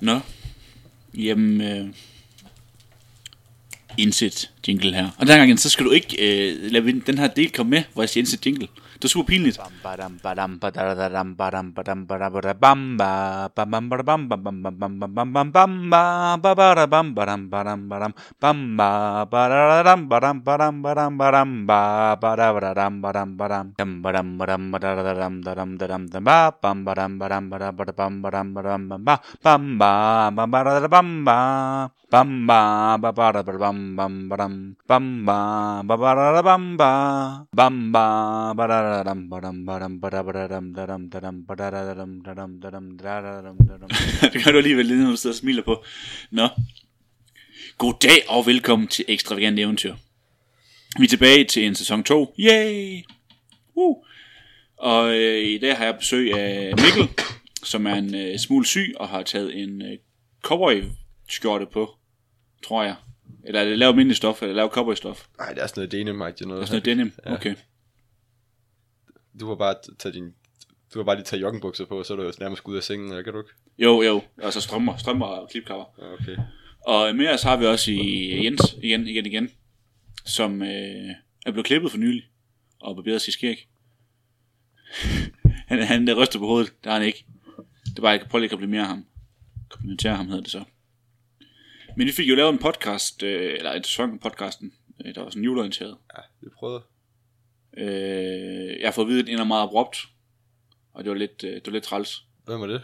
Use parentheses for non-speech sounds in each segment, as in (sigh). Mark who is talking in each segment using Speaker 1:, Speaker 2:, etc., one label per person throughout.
Speaker 1: Nå. Jamen, øh, indsæt jingle her. Og den her gang, så skal du ikke øh, lade vin- den her del komme med, hvor jeg siger indsæt jingle. Det er super pinligt.
Speaker 2: Bam, badam, badam, badadadam, badam, badam, badam, badam, bam, ba, bam, bam, badam, bam, bam, bam, bam, bam, bam, bam, bam, ba, ba, badadam, badam, badam, badam, bam, ba, badadadam, badam, badam, badam, badam, ba, badabadadam, badam, badam, dam, badam, badam, badadadam, dadam, dadam, dam, ba, bam, badam, badam, badam, badam, bam, badam, badam, bam, ba, bam, ba, bam, badadadam, bam, ba. Bam ba ba ba da ba bam bam ba dam bam ba ba ba da da bam ba bam ba ba da da dam ba dam ba dam ba da ba da dam da dam da dam ba da da da dam da dam da dam da da dam da dam
Speaker 1: (laughs) det gør du alligevel, lige når du sidder og smiler på. Nå. Goddag og velkommen til Ekstravagant Eventyr. Vi er tilbage til en sæson 2. Yay! Woo! Og øh, i dag har jeg besøg af Mikkel, som er en øh, smule syg og har taget en øh, cowboy-skjorte på, tror jeg. Eller er det lavet mindre stof, eller lavet cowboy-stof?
Speaker 3: Nej, det er sådan noget denim noget.
Speaker 1: Altså noget denim, okay.
Speaker 3: Du har bare taget din... Du har bare lige taget joggenbukser på, så er du jo nærmest ude af sengen, eller kan du ikke?
Speaker 1: Jo, jo, altså strømmer, strømmer og klipkapper.
Speaker 3: Ja, okay.
Speaker 1: Og med os har vi også i Jens, igen, igen, igen, som øh, er blevet klippet for nylig, og barberet sit skæg. (laughs) han, han der ryster på hovedet, der er han ikke. Det er bare, jeg kan prøve lige at komplimere ham. Komplimentere ham hedder det så. Men vi fik jo lavet en podcast, øh, eller en sæson af podcasten, øh, der var sådan juleorienteret.
Speaker 3: Ja, vi prøvede.
Speaker 1: Øh, jeg har fået at vide, at den er meget abrupt, og det var lidt, øh, det var lidt træls.
Speaker 3: Hvem var det?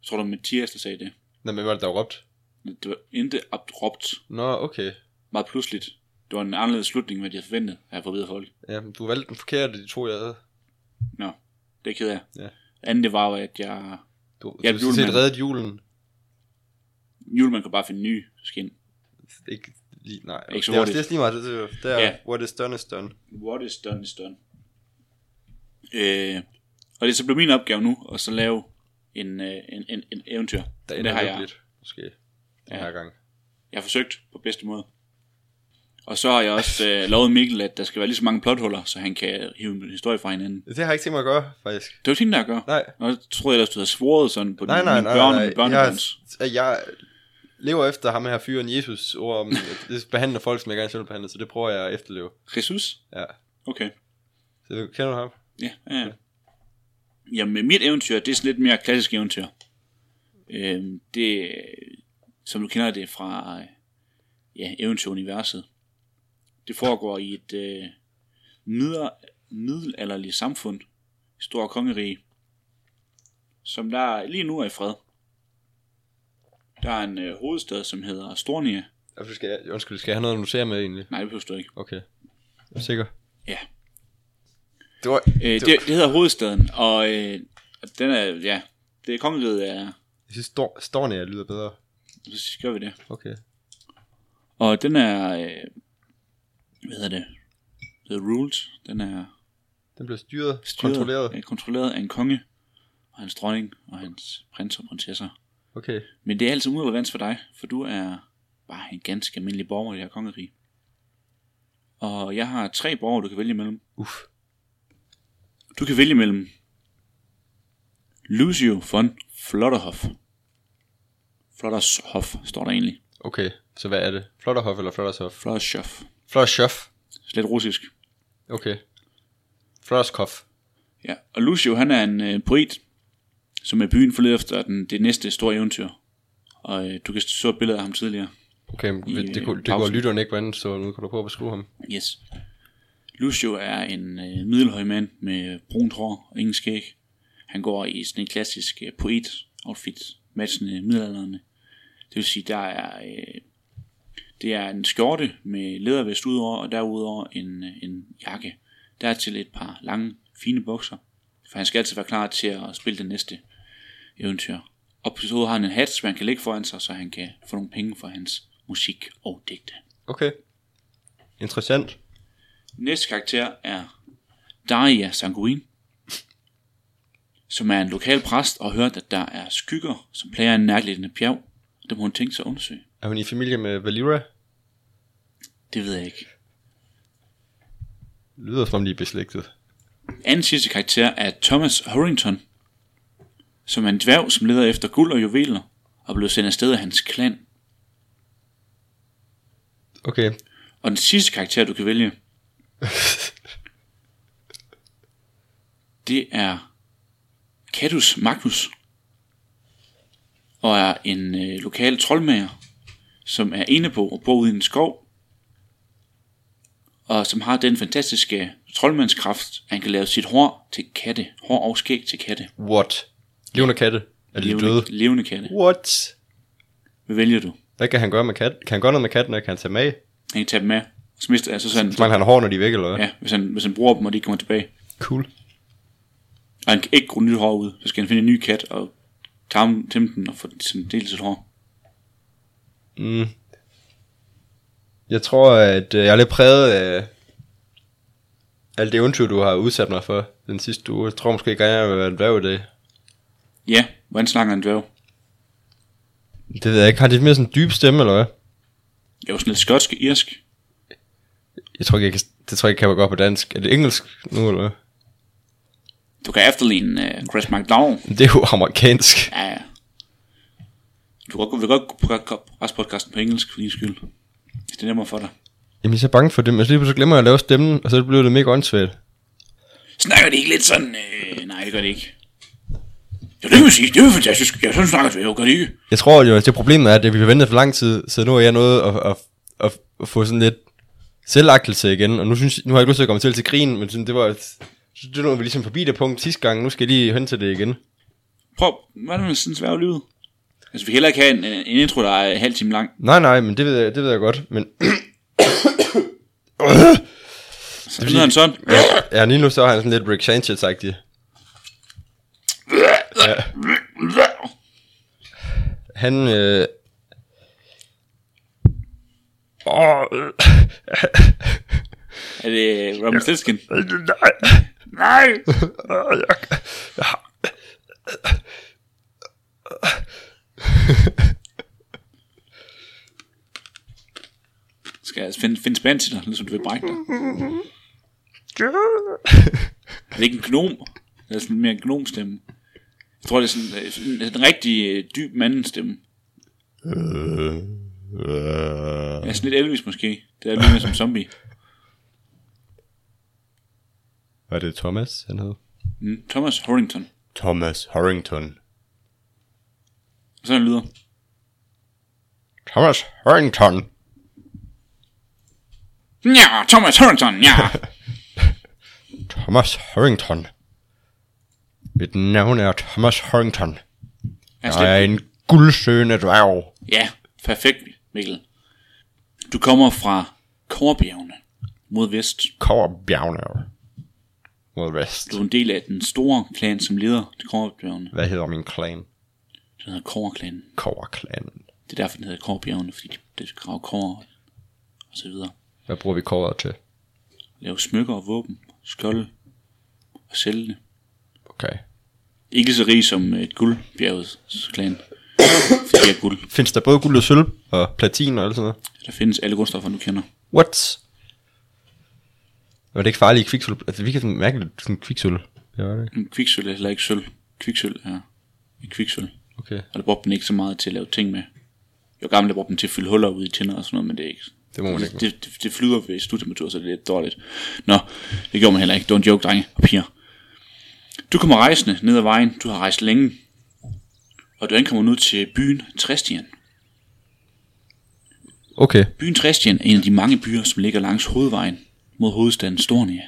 Speaker 1: Jeg tror, det var Mathias, der sagde det.
Speaker 3: Nå, men hvad var det, der var råbt?
Speaker 1: Det var intet abrupt,
Speaker 3: Nå, okay.
Speaker 1: meget pludseligt. Det var en anderledes slutning, end hvad de havde forventet, har jeg fået videre folk.
Speaker 3: Jamen, du valgte den forkerte, de to, jeg havde.
Speaker 1: Nå, det er ked af.
Speaker 3: Ja.
Speaker 1: Andet det var jo, at jeg...
Speaker 3: Du, du
Speaker 1: Ja,
Speaker 3: har sådan set
Speaker 1: julemanden.
Speaker 3: reddet julen.
Speaker 1: Julemand kan bare finde nye skin.
Speaker 3: Ikke lige, nej.
Speaker 1: Ikke så
Speaker 3: det er også
Speaker 1: hurtigt.
Speaker 3: det er lige meget, det, det, er- det er,
Speaker 1: Ja.
Speaker 3: yeah. what is done is done.
Speaker 1: What is done is done. Øh, og det er så blevet min opgave nu, at så lave en, øh, en, en, en eventyr.
Speaker 3: Der
Speaker 1: Og
Speaker 3: ender
Speaker 1: har jeg,
Speaker 3: lykkeligt, måske. Den
Speaker 1: Ja.
Speaker 3: her gang.
Speaker 1: jeg har forsøgt på bedste måde. Og så har jeg også øh, (laughs) lovet Mikkel, at der skal være lige så mange plothuller, så han kan hive en historie fra hinanden.
Speaker 3: Det har jeg ikke tænkt mig at gøre, faktisk.
Speaker 1: Det var ting, der gør.
Speaker 3: Nej,
Speaker 1: Nå, jeg troede ellers, du havde svoret sådan på
Speaker 3: nej,
Speaker 1: dine-
Speaker 3: nej,
Speaker 1: mine
Speaker 3: nej,
Speaker 1: børn og
Speaker 3: nej.
Speaker 1: mine børnebørns.
Speaker 3: Jeg, jeg lever efter ham her fyren Jesus ord om, at det behandler folk, som jeg gerne selv vil behandle, så det prøver jeg at efterleve.
Speaker 1: Jesus?
Speaker 3: Ja.
Speaker 1: Okay.
Speaker 3: Så kender du ham?
Speaker 1: Ja, ja. ja. Jamen, mit eventyr, det er sådan lidt mere klassisk eventyr. Øhm, det, øh, som du kender det fra øh, ja, eventyruniverset. Det foregår i et øh, midler, middelalderligt samfund, et stort kongerige, som der lige nu er i fred. Der er en øh, hovedstad, som hedder Stornia.
Speaker 3: Altså, skal jeg, undskyld, skal jeg have noget at notere med egentlig?
Speaker 1: Nej, det behøver du ikke.
Speaker 3: Okay. Jeg er sikker.
Speaker 1: Ja,
Speaker 3: Det var...
Speaker 1: øh, det, det hedder hovedstaden, og øh, den er, ja, det er kongeriget er,
Speaker 3: Jeg synes, Stor- Stornia lyder bedre.
Speaker 1: så gør vi det.
Speaker 3: Okay.
Speaker 1: Og den er, øh, hvad hedder det, The Rules, den er
Speaker 3: Den bliver styret,
Speaker 1: styret,
Speaker 3: kontrolleret.
Speaker 1: Er kontrolleret af en konge, og hans dronning, og hans prins og prinsesser.
Speaker 3: Okay.
Speaker 1: Men det er altså urelevans for dig, for du er bare en ganske almindelig borger i det her kongerige. Og jeg har tre borgere, du kan vælge imellem.
Speaker 3: Uff.
Speaker 1: Du kan vælge mellem Lucio von Flotterhoff. Flottershoff står der egentlig.
Speaker 3: Okay, så hvad er det? Flotterhof eller Flottershof?
Speaker 1: Flottershoff.
Speaker 3: Flottershof.
Speaker 1: Slet russisk.
Speaker 3: Okay. Flotterskof.
Speaker 1: Ja, og Lucio, han er en øh, poet, som er byen forleder efter den, det næste store eventyr. Og øh, du kan så et billede af ham tidligere.
Speaker 3: Okay, men
Speaker 1: I, øh,
Speaker 3: det, det, kunne, det
Speaker 1: pausen.
Speaker 3: går lytteren ikke vande, så nu kan du prøve at beskrive ham.
Speaker 1: Yes. Lucio er en øh, middelhøj mand med brunt hår og ingen skæg. Han går i sådan en klassisk øh, poet-outfit, matchende middelalderne. Det vil sige, der er, øh, det er en skjorte med lædervest udover, og derudover en, øh, en jakke. Dertil et par lange, fine bukser, for han skal altid være klar til at spille det næste eventyr. Og på sit hoved har han en hat, som han kan lægge foran sig, så han kan få nogle penge for hans musik og digte.
Speaker 3: Okay. Interessant.
Speaker 1: Næste karakter er Daria Sanguin, som er en lokal præst og har hørt, at der er skygger, som plager en nærliggende bjerg. Det må hun tænke sig at undersøge.
Speaker 3: Er hun i familie med Valira?
Speaker 1: Det ved jeg ikke.
Speaker 3: Lyder som om de er beslægtet.
Speaker 1: Anden sidste karakter er Thomas Horrington, som er en dværg, som leder efter guld og juveler. og blev sendt afsted af hans klan.
Speaker 3: Okay.
Speaker 1: Og den sidste karakter, du kan vælge, det er Catus Magnus, og er en øh, lokal troldmager, som er inde på og bor ude i en skov, og som har den fantastiske troldmandskraft, at han kan lave sit hår til katte, hår og skæg til katte,
Speaker 3: (laughs) What? Levende katte? Er de døde?
Speaker 1: levende, levende katte.
Speaker 3: What?
Speaker 1: Hvad vælger du?
Speaker 3: Hvad kan han gøre med katten? Kan han gøre noget med katten, og kan han tage med?
Speaker 1: Han kan tage dem med, og så mister altså sådan,
Speaker 3: Så man han hår, når de er væk, eller hvad?
Speaker 1: ja, hvis han, hvis han bruger dem, og de ikke kommer tilbage.
Speaker 3: Cool.
Speaker 1: Og han kan ikke gro nyt hår ud, så skal han finde en ny kat og tæmme tæmme den og få sådan delt sit hår.
Speaker 3: Mm. Jeg tror, at øh, jeg er lidt præget af alt det eventyr, du har udsat mig for den sidste uge. Jeg tror måske ikke, at jeg vil være en dværg i dag.
Speaker 1: Ja, hvordan snakker en dværg?
Speaker 3: Det ved jeg ikke. Har de lidt mere sådan en dyb stemme, eller hvad?
Speaker 1: Jeg er jo sådan lidt skotsk irsk.
Speaker 3: Jeg tror ikke, jeg kan, det tror jeg ikke, jeg kan gå på dansk. Er det engelsk nu, eller hvad?
Speaker 1: Du kan efterligne uh, Chris McDowell.
Speaker 3: Det er jo amerikansk.
Speaker 1: Ja, ja. Du kan godt, vil godt kunne prøve restpodcasten på engelsk, for din skyld. Hvis det er nemmere for dig.
Speaker 3: Jamen, jeg er så bange for det, men så lige pludselig glemmer jeg at lave stemmen, og så bliver det mega åndssvagt.
Speaker 1: Snakker de ikke lidt sådan? Øh, nej, det gør de ikke. Jo, det kan man sige. Det er jo fantastisk. Ja, sådan snakker dværge, gør de ikke?
Speaker 3: Jeg tror jo, at det problem er, at vi har ventet for lang tid, så nu er jeg nået at, at, at, at få sådan lidt selvagtelse igen, og nu, synes, nu har jeg ikke lyst til at komme til til grin, men sådan, det var det nåede vi ligesom forbi det punkt sidste gang, nu skal jeg lige hen til det igen.
Speaker 1: Prøv, hvordan er det sådan svært livet? Altså, vi kan heller ikke have en, en, en intro, der er en halv time lang.
Speaker 3: Nej, nej, men det ved jeg, det ved jeg godt, men
Speaker 1: Så lyder han sådan.
Speaker 3: ja, lige nu så har han sådan lidt Rick sanchez -agtig. Ja. Han, øh... Åh, øh...
Speaker 1: Er det Robin Stilskin?
Speaker 3: Nej.
Speaker 1: Nej! Skal jeg altså finde, finde spand til dig, ligesom du vil brække dig? Er det ikke en gnom? Det er sådan mere en gnomstemme. Jeg tror, det er sådan, øh, sådan en, en rigtig øh, dyb mandestemme. Ja, sådan lidt Elvis måske. Det er lidt mere som zombie.
Speaker 3: Var det Thomas, han hed?
Speaker 1: Mm, Thomas Horrington.
Speaker 3: Thomas Harrington.
Speaker 1: Sådan lyder.
Speaker 3: Thomas Harrington.
Speaker 1: Ja, Thomas Horrington, ja.
Speaker 3: Thomas Harrington. Mit navn er Thomas Harrington.
Speaker 1: Altså,
Speaker 3: Jeg er en guldsøgende dværg.
Speaker 1: Ja, perfekt, Mikkel. Du kommer fra Korbjergene mod vest.
Speaker 3: Korbjergner. Mod vest.
Speaker 1: Du er en del af den store klan, som leder til Korbjergene.
Speaker 3: Hvad hedder min klan?
Speaker 1: Den hedder Korklanen.
Speaker 3: Koverklanen.
Speaker 1: Det er derfor, den hedder Korbjergene, fordi de- det graver kår og så videre.
Speaker 3: Hvad bruger vi kover til?
Speaker 1: Lave smykker og våben, skjolde og sælge det.
Speaker 3: Okay.
Speaker 1: Ikke så rig som et guldbjergets klan. Fordi jeg er guld.
Speaker 3: Findes der både guld og sølv og platin og alt sådan noget?
Speaker 1: Der findes alle guldstoffer, du kender.
Speaker 3: What? Var det ikke farligt i kviksøl? Altså, vi kan sådan mærke lidt sådan kviksøl. Ja, var det ikke?
Speaker 1: Men Kviksølv er heller ikke sølv. Kviksølv er et kviksølv.
Speaker 3: Okay.
Speaker 1: Og der brugte den ikke så meget til at lave ting med. Jeg var gammel, der brugte den til at fylde huller ud i tænder og sådan noget, men det er ikke... Altså,
Speaker 3: Det må man ikke.
Speaker 1: Det, det, det flyder ved studiemetur, så det er lidt dårligt. Nå, det gjorde man heller ikke. Don't joke, drenge og piger. Du kommer rejsende ned ad vejen. Du har rejst længe. Og du ankommer nu til byen Tristian.
Speaker 3: Okay.
Speaker 1: Byen Tristian er en af de mange byer, som ligger langs hovedvejen mod hovedstaden Stornia.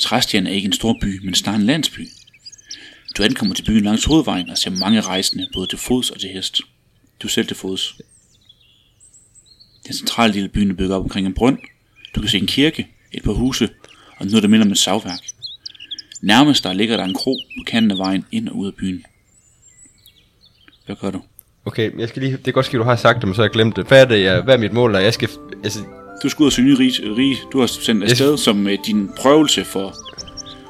Speaker 1: Tristian er ikke en stor by, men snarere en landsby. Du ankommer til byen langs hovedvejen og ser mange rejsende, både til fods og til hest. Du er selv til fods. Den centrale del af byen er bygget op omkring en brønd. Du kan se en kirke, et par huse og noget, der minder om et savværk. Nærmest der ligger der en kro på kanten af vejen ind og ud af byen. Hvad gør du?
Speaker 3: Okay, jeg skal lige, det er godt ske, du har sagt det, men så har jeg glemt det. Hvad er det, jeg, hvad er mit mål? Er? Jeg skal, altså,
Speaker 1: Du skal ud og søge nye rige. rige. Du har sendt afsted som uh, din prøvelse for,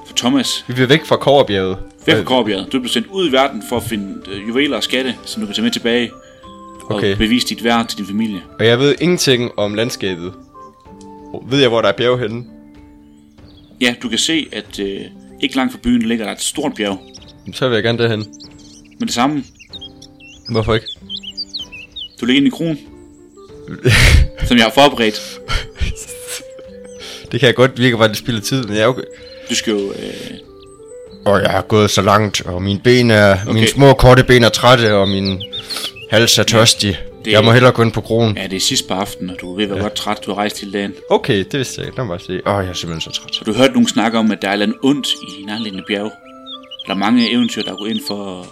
Speaker 1: for Thomas.
Speaker 3: vi vil væk fra Koverbjerget.
Speaker 1: Væk fra Korbjerget. Du blev sendt ud i verden for at finde uh, juveler og skatte, som du kan tage med tilbage
Speaker 3: Okay.
Speaker 1: og bevise dit værd til din familie.
Speaker 3: Og jeg ved ingenting om landskabet. Ved jeg, hvor der er bjerg henne?
Speaker 1: Ja, du kan se, at uh, ikke langt fra byen ligger der et stort bjerg.
Speaker 3: Jamen, Så vil jeg gerne derhen.
Speaker 1: Men det samme,
Speaker 3: Hvorfor ikke?
Speaker 1: Du ligger inde i kronen. som jeg har forberedt.
Speaker 3: Det kan jeg godt virke bare, det spilder tid, men jeg er okay.
Speaker 1: Du skal jo... Øh,
Speaker 3: Og jeg har gået så langt, og mine ben er... Okay. Mine
Speaker 1: Okay.
Speaker 3: små korte ben er trætte, og min hals er tørstig. Det...
Speaker 1: det-
Speaker 3: Jeg må hellere gå ind på kronen.
Speaker 1: ja, det er sidst på aftenen, og du ved, hvor ja. godt træt du har rejst hele dagen.
Speaker 3: Okay, det vidste jeg ikke. Lad mig bare se. Åh, oh, jeg er simpelthen så træt.
Speaker 1: Du hørte nogen snakke om, at der er et eller andet ondt i nærliggende bjerg. Der er mange eventyr, der går ind for,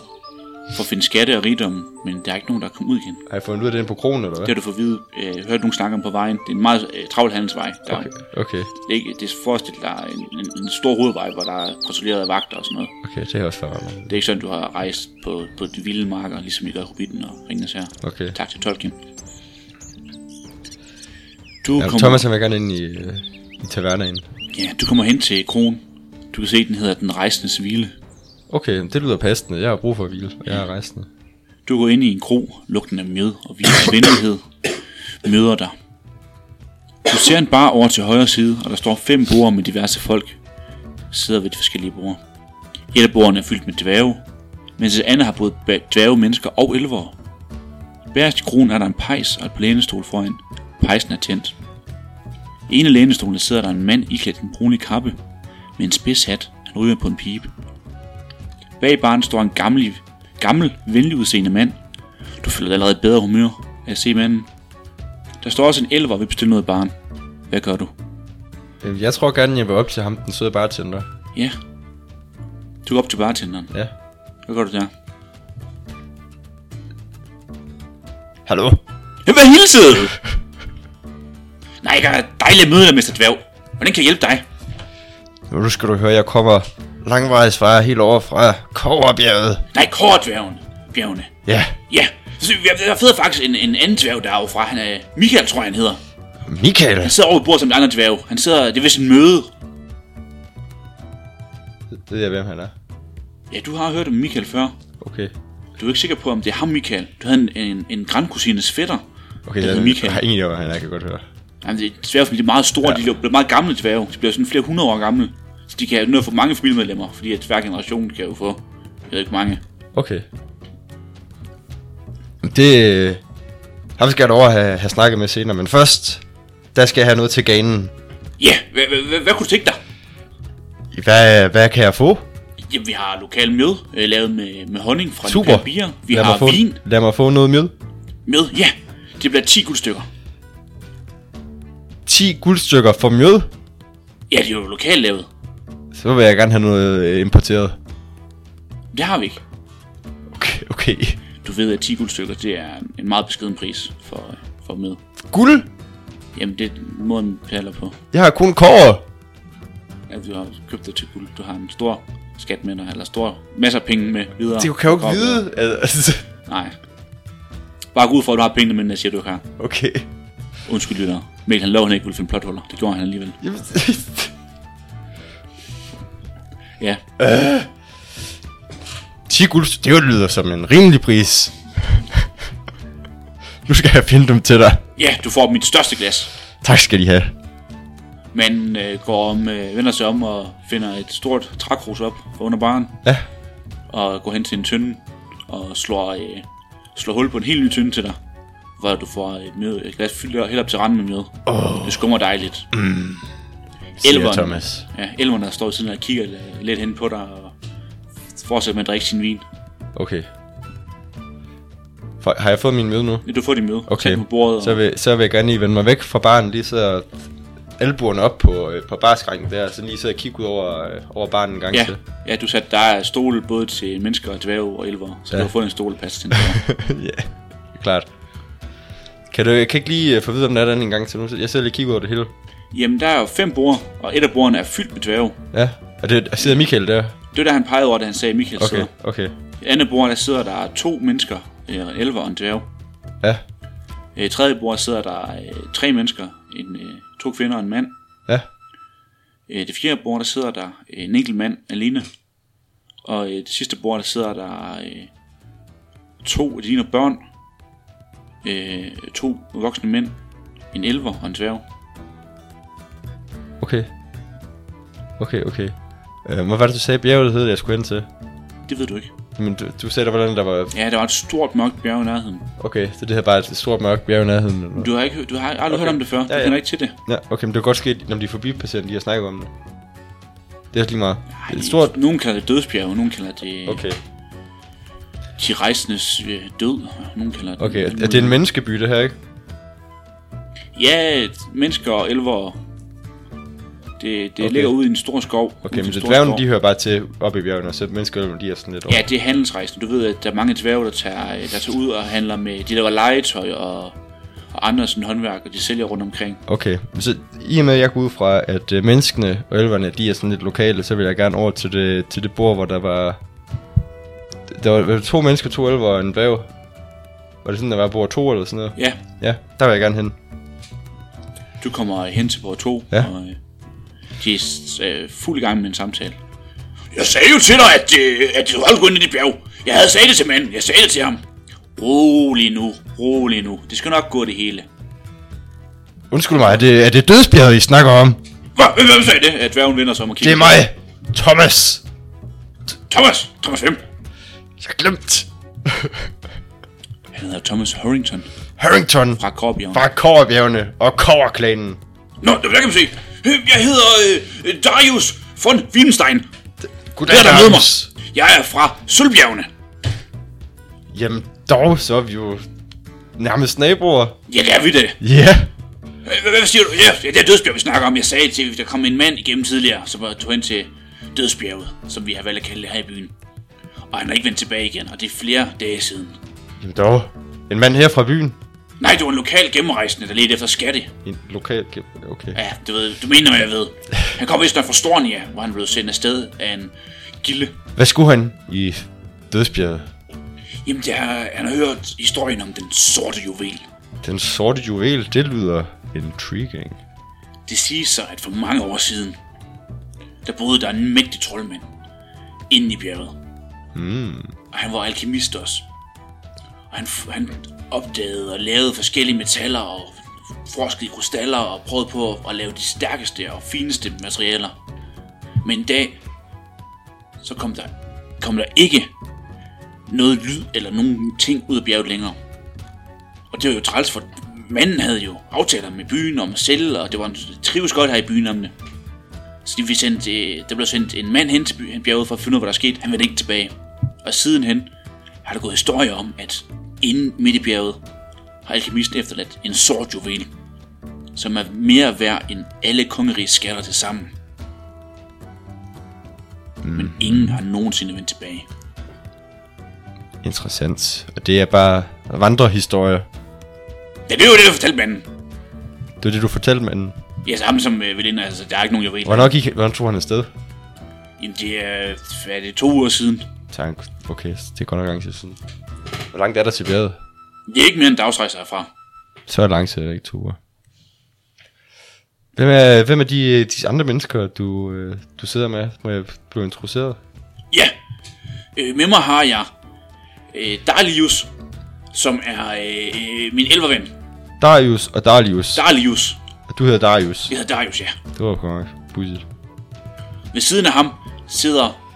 Speaker 1: for at finde skatte og rigdom, men der er ikke nogen, der er kommet ud igen.
Speaker 3: Har jeg fundet ud af det inde på kronen, eller hvad?
Speaker 1: Det har du fået at vide. Øh, hørt nogen snakke om på vejen. Det er en meget øh, travl handelsvej. Der okay.
Speaker 3: Okay,
Speaker 1: ikke, det er forestil dig en, en, en, stor hovedvej, hvor der er kontrollerede vagter og sådan noget.
Speaker 3: okay, det er også fair. nok.
Speaker 1: Det er ikke sådan, du har rejst på, på de vilde marker, ligesom I gør i Hobbiten og Ringens her.
Speaker 3: Okay.
Speaker 1: Tak til Tolkien. Du,
Speaker 3: Ja,
Speaker 1: kommer,
Speaker 3: Thomas, han vil gerne ind i, øh, i tavernaen.
Speaker 1: ja, du kommer hen til kronen. Du kan se, den hedder Den Rejsendes Hvile.
Speaker 3: Okay, det lyder passende. Jeg har brug for at hvile. Jeg er rejsende.
Speaker 1: Du går ind i en kro, lugten af mjød og vis venlighed møder dig. Du ser en bar over til højre side, og der står fem borde med diverse folk. Sidder ved de forskellige borde. Et af bordene er fyldt med dværge, mens et andet har både ba- dværge mennesker og elvere. Bærest i kronen er der en pejs og et lænestol foran. Pejsen er tændt. I en af lænestolene sidder der en mand iklædt en brunlig kappe med en spids hat. Han ryger på en pibe. Bag baren står en gammel, gammel venlig udseende mand. Du føler dig allerede i bedre humør af at se manden. Der står også en elver ved bestille noget i baren. Hvad gør du?
Speaker 3: Øh, Jeg tror gerne, jeg vil op til ham, den søde bartender.
Speaker 1: Ja. Du går op til bartenderen.
Speaker 3: Ja.
Speaker 1: Hvad gør du der?
Speaker 3: Hallo?
Speaker 1: Ja, Hvad hilsede du? Nej, jeg er dejligt at møde dig, Mr. Dværg. Hvordan kan jeg hjælpe dig?
Speaker 3: Jo, Nu skal du høre, jeg kommer langvejs fra helt over fra Koverbjerget.
Speaker 1: Nej, Kåredværgen. Bjergene.
Speaker 3: Ja,
Speaker 1: Ja, så jeg, jeg fede faktisk en, en anden dværg derovre fra. Han er Michael, tror jeg, han hedder.
Speaker 3: Michael.
Speaker 1: Han sidder over i bordet som en anden dværg. Han sidder, det er ved sin møde.
Speaker 3: Det ved jeg, hvem han er.
Speaker 1: Ja, du har hørt om Michael før.
Speaker 3: Okay.
Speaker 1: Du er ikke sikker på, om det er ham, Michael. Du havde en, en, en grandkusines fætter.
Speaker 3: Okay,
Speaker 1: Det
Speaker 3: jeg,
Speaker 1: er Michael.
Speaker 3: jeg har ingen idé, hvor han er, kan jeg godt høre.
Speaker 1: Jamen, det er svært, fordi de er meget store. Ja. De bliver meget gamle dværge. De bliver sådan flere hundrede år gamle. Så de kan jo nå at få mange familiemedlemmer, fordi at hver generation kan jo få, jeg ved ikke mange.
Speaker 3: Okay. Det... øh, Ham skal jeg da over have, have snakket med senere, men først, der skal jeg have noget til ganen.
Speaker 1: Ja, hvad, hvad, hvad, hvad kunne du tænke dig?
Speaker 3: Hvad, hvad kan jeg få?
Speaker 1: Jamen, vi har lokal mjød, øh, lavet med, med honning fra
Speaker 3: Super.
Speaker 1: lokale bier. Vi
Speaker 3: lad
Speaker 1: har
Speaker 3: mig få,
Speaker 1: vin
Speaker 3: Lad mig få noget mjød.
Speaker 1: med, ja. Det bliver 10 guldstykker.
Speaker 3: 10 guldstykker for mjød,
Speaker 1: Ja, det er jo lokalt lavet.
Speaker 3: så vil jeg gerne have noget øh, importeret.
Speaker 1: Det har vi ikke.
Speaker 3: Okay, okay.
Speaker 1: Du ved, at 10 guldstykker, det er en meget beskeden pris for, øh, for mød.
Speaker 3: Guld?
Speaker 1: Jamen, det er måden, man betaler på.
Speaker 3: Jeg har kun kover.
Speaker 1: at du har købt det til guld. Du har en stor skat med dig, eller stor masser af penge med videre.
Speaker 3: Det kan jo ikke
Speaker 1: Op-
Speaker 3: vide. Altså,
Speaker 1: Nej. Bare gå ud for, at du har pengene, men jeg siger, du ikke har.
Speaker 3: (laughs) okay.
Speaker 1: Undskyld, lytter. Mikkel, han lovede, han ikke ville finde plothuller. Det gjorde han alligevel.
Speaker 3: Jamen, (laughs)
Speaker 1: Ja.
Speaker 3: 10 guld, det jo lyder som en rimelig pris. nu skal jeg finde dem til dig.
Speaker 1: Ja, du får mit største glas.
Speaker 3: Tak skal de have.
Speaker 1: Man øh, går om, øh, vender sig om og finder et stort trækrus op fra under baren.
Speaker 3: Ja.
Speaker 1: Og går hen til en tynde og slår, øh, slår hul på en helt ny tynde til dig. Hvor du får et, mjød, et glas fyldt helt op til randen med mjød. Oh. Det skummer dejligt. Mm.
Speaker 3: Siger Thomas.
Speaker 1: Ja, elveren der står ved siden af og kigger øh, lidt hen på dig og fortsætter med at drikke sin vin.
Speaker 3: Okay. For, har jeg fået min møde nu?
Speaker 1: Du får din møde. Sæt
Speaker 3: Okay,
Speaker 1: den på bordet.
Speaker 3: så
Speaker 1: Så...
Speaker 3: vil, så vil jeg gerne lige vende mig væk fra baren, lige sidde og albuerne op på, øh, på barskranken der, og så lige sidde og kigge ud over, øh, over baren en gang
Speaker 1: Ja,
Speaker 3: til. (laughs)
Speaker 1: ja, du satte der er stole både til mennesker og dværge og elver, så ja.
Speaker 3: Ja.
Speaker 1: du har fået en stol pas til den
Speaker 3: (laughs)
Speaker 1: der.
Speaker 3: ja, klart. Kan du kan ikke lige øh, få videre, om der er den en gang til nu? Jeg sidder lige og kigger over det hele.
Speaker 1: Jamen, der er jo fem bord, og et af bordene er fyldt med dværge.
Speaker 3: Ja, og det sidder Michael der.
Speaker 1: Det var der, han pegede over, da han sagde, at Michael okay.
Speaker 3: Okay,
Speaker 1: sidder.
Speaker 3: okay.
Speaker 1: I andet bord, der sidder der to mennesker, øh, en elver og en dværge.
Speaker 3: Ja,
Speaker 1: Øh, I tredje bord sidder der øh, tre mennesker, en, øh, to kvinder og en mand.
Speaker 3: ja.
Speaker 1: Øh, det fjerde bord, der sidder der øh, en enkelt mand alene. Og øh, det sidste bord, der sidder der øh, to af dine børn. Øh, to voksne mænd. En elver og en dværg.
Speaker 3: Okay. Okay, okay. Øh, hvad var det, du sagde bjerget hed, jeg skulle hen til?
Speaker 1: Det ved du ikke.
Speaker 3: Men du, du sagde, der var den, der var...
Speaker 1: Ja, der var et stort mørkt bjerg i nærheden.
Speaker 3: Okay, så det her bare er et stort mørkt bjerg i nærheden. Eller?
Speaker 1: Du har, ikke, hø- du har aldrig okay. hørt om det før. Du
Speaker 3: Ja, ja.
Speaker 1: kender ikke til det.
Speaker 3: Ja, okay, men det er godt sket, når de er forbipasserende, de har snakket om det. Det er også lige meget. Det er
Speaker 1: Ej,
Speaker 3: et stort...
Speaker 1: Nogen kalder det dødsbjerg, nogen kalder det okay.
Speaker 3: Okay,
Speaker 1: de rejsendes øh, død, og nogen kalder det...
Speaker 3: okay. Er det en menneskeby, det her, ikke?
Speaker 1: Ja, mennesker og elver. Det, det
Speaker 3: Okay.
Speaker 1: okay. ligger ude i en stor skov.
Speaker 3: Okay,
Speaker 1: Ude
Speaker 3: men
Speaker 1: til
Speaker 3: så
Speaker 1: stor
Speaker 3: dværgen,
Speaker 1: skov.
Speaker 3: de hører bare til oppe i bjergene, og så mennesker, de er sådan lidt over.
Speaker 1: Ja, det er handelsrejsende. Du ved, at der er mange dværge, der tager, øh, der tager ud og handler med... De laver legetøj og, og andre sådan håndværk, og de sælger rundt omkring.
Speaker 3: Okay, så i og med, at jeg går ud fra, at øh, menneskene og elverne, de er sådan lidt lokale, så vil jeg gerne over til det, til det bord, hvor der var... Der var, var det to mennesker, to elver og en dværg. Var det sådan, der var bord to eller sådan noget?
Speaker 1: Ja,
Speaker 3: Ja, der vil jeg gerne hen.
Speaker 1: du kommer hen til bord 2,
Speaker 3: Ja.
Speaker 1: og øh, de er s- øh, fuld i gang med en samtale. Jeg sagde jo til dig, at, øh, at du aldrig gå ind i det bjerg. Jeg havde sagt det til manden. Jeg sagde det til ham. Rolig nu, rolig nu. Det skal nok gå det hele.
Speaker 3: Undskyld mig, er det, er det dødsbjerget, I snakker om?
Speaker 1: Hvad? Hvem hvem sagde det? At dværgen vender sig om og
Speaker 3: Det
Speaker 1: kigger.
Speaker 3: er mig, Thomas!
Speaker 1: Thomas! Thomas hvem?
Speaker 3: Jeg har glemt
Speaker 1: Han hedder Thomas Harrington
Speaker 3: Harrington
Speaker 1: fra Korbjørn.
Speaker 3: fra Kårebjergene og Kåreklanen.
Speaker 1: Nå, det kan man se. Øh, Jeg hedder øh, Darius von Wienstein.
Speaker 3: Goddag,
Speaker 1: Det er der med mig.
Speaker 3: Darius.
Speaker 1: Jeg er fra Sølvbjergene.
Speaker 3: Jamen dog, så er vi jo nærmest naboer.
Speaker 1: Ja, det er vi det.
Speaker 3: Ja. Yeah.
Speaker 1: Øh, Hvad, hvad siger du? Ja, ja, det er dødsbjerg, vi snakker om. Jeg sagde til, at der kom en mand igennem tidligere, som var tog hen til dødsbjerget, som vi har valgt at kalde det her i byen. Og han er ikke vendt tilbage igen, og det er flere dage siden.
Speaker 3: Jamen dog. En mand her fra byen.
Speaker 1: Nej, det var en lokal gennemrejsende, der ledte efter skatte.
Speaker 3: En lokal... Okay.
Speaker 1: Ja, du ved, du mener, hvad jeg ved. Han kom vist nok fra Stornia, hvor han blev sendt afsted af en gilde.
Speaker 3: Hvad skulle han i dødsbjerget?
Speaker 1: Jamen, der, han har hørt historien om den sorte juvel.
Speaker 3: Den sorte juvel, det lyder intriguing.
Speaker 1: Det siges sig, at for mange år siden, der boede der en mægtig troldmand inde i bjerget. Mm. Og han var alkemist også. Og han, han opdagede og lavede forskellige metaller og forskede i krystaller og prøvede på at, at lave de stærkeste og fineste materialer. Men en dag, så kom der, kom der ikke noget lyd eller nogen ting ud af bjerget længere. Og det var jo træls, for manden havde jo aftaler med byen om at sælge, og det var en det trives godt her i byen om det. Så de vi sendt, øh, der blev sendt en mand hen til by- bjerget for at finde ud af, hvad der skete. Han vendte ikke tilbage. Og sidenhen har der gået historier om, at inde midt i bjerget har alkemisten efterladt en sort juvel, som er mere værd end alle kongerige skatter til sammen. Men ingen har nogensinde vendt tilbage.
Speaker 3: Interessant. Og det er bare vandrehistorie.
Speaker 1: Ja, det er jo det, jeg fortalte manden.
Speaker 3: Det var det, du fortalte manden.
Speaker 1: Ja, samme som øh, Velina, altså, der er ikke nogen juveler.
Speaker 3: Hvornår, gik, hvornår tog han afsted?
Speaker 1: Jamen, det er, hvad er det, to uger siden.
Speaker 3: Tank. Okay, så det er godt nok lang tid siden. Hvor langt er der til bjerget?
Speaker 1: Det er ikke mere en dagsrejse herfra.
Speaker 3: Så langt er det ikke to uger. Hvem er, hvem er de, de andre mennesker, du, øh, du sidder med? Må jeg blive introduceret?
Speaker 1: Ja, øh, med mig har jeg øh, Dalius, som er øh, min elverven.
Speaker 3: Darius og Darius.
Speaker 1: Dalius,
Speaker 3: Du hedder Darius.
Speaker 1: det hedder Darius, ja.
Speaker 3: Det var godt nok pudsigt.
Speaker 1: Ved siden af ham sidder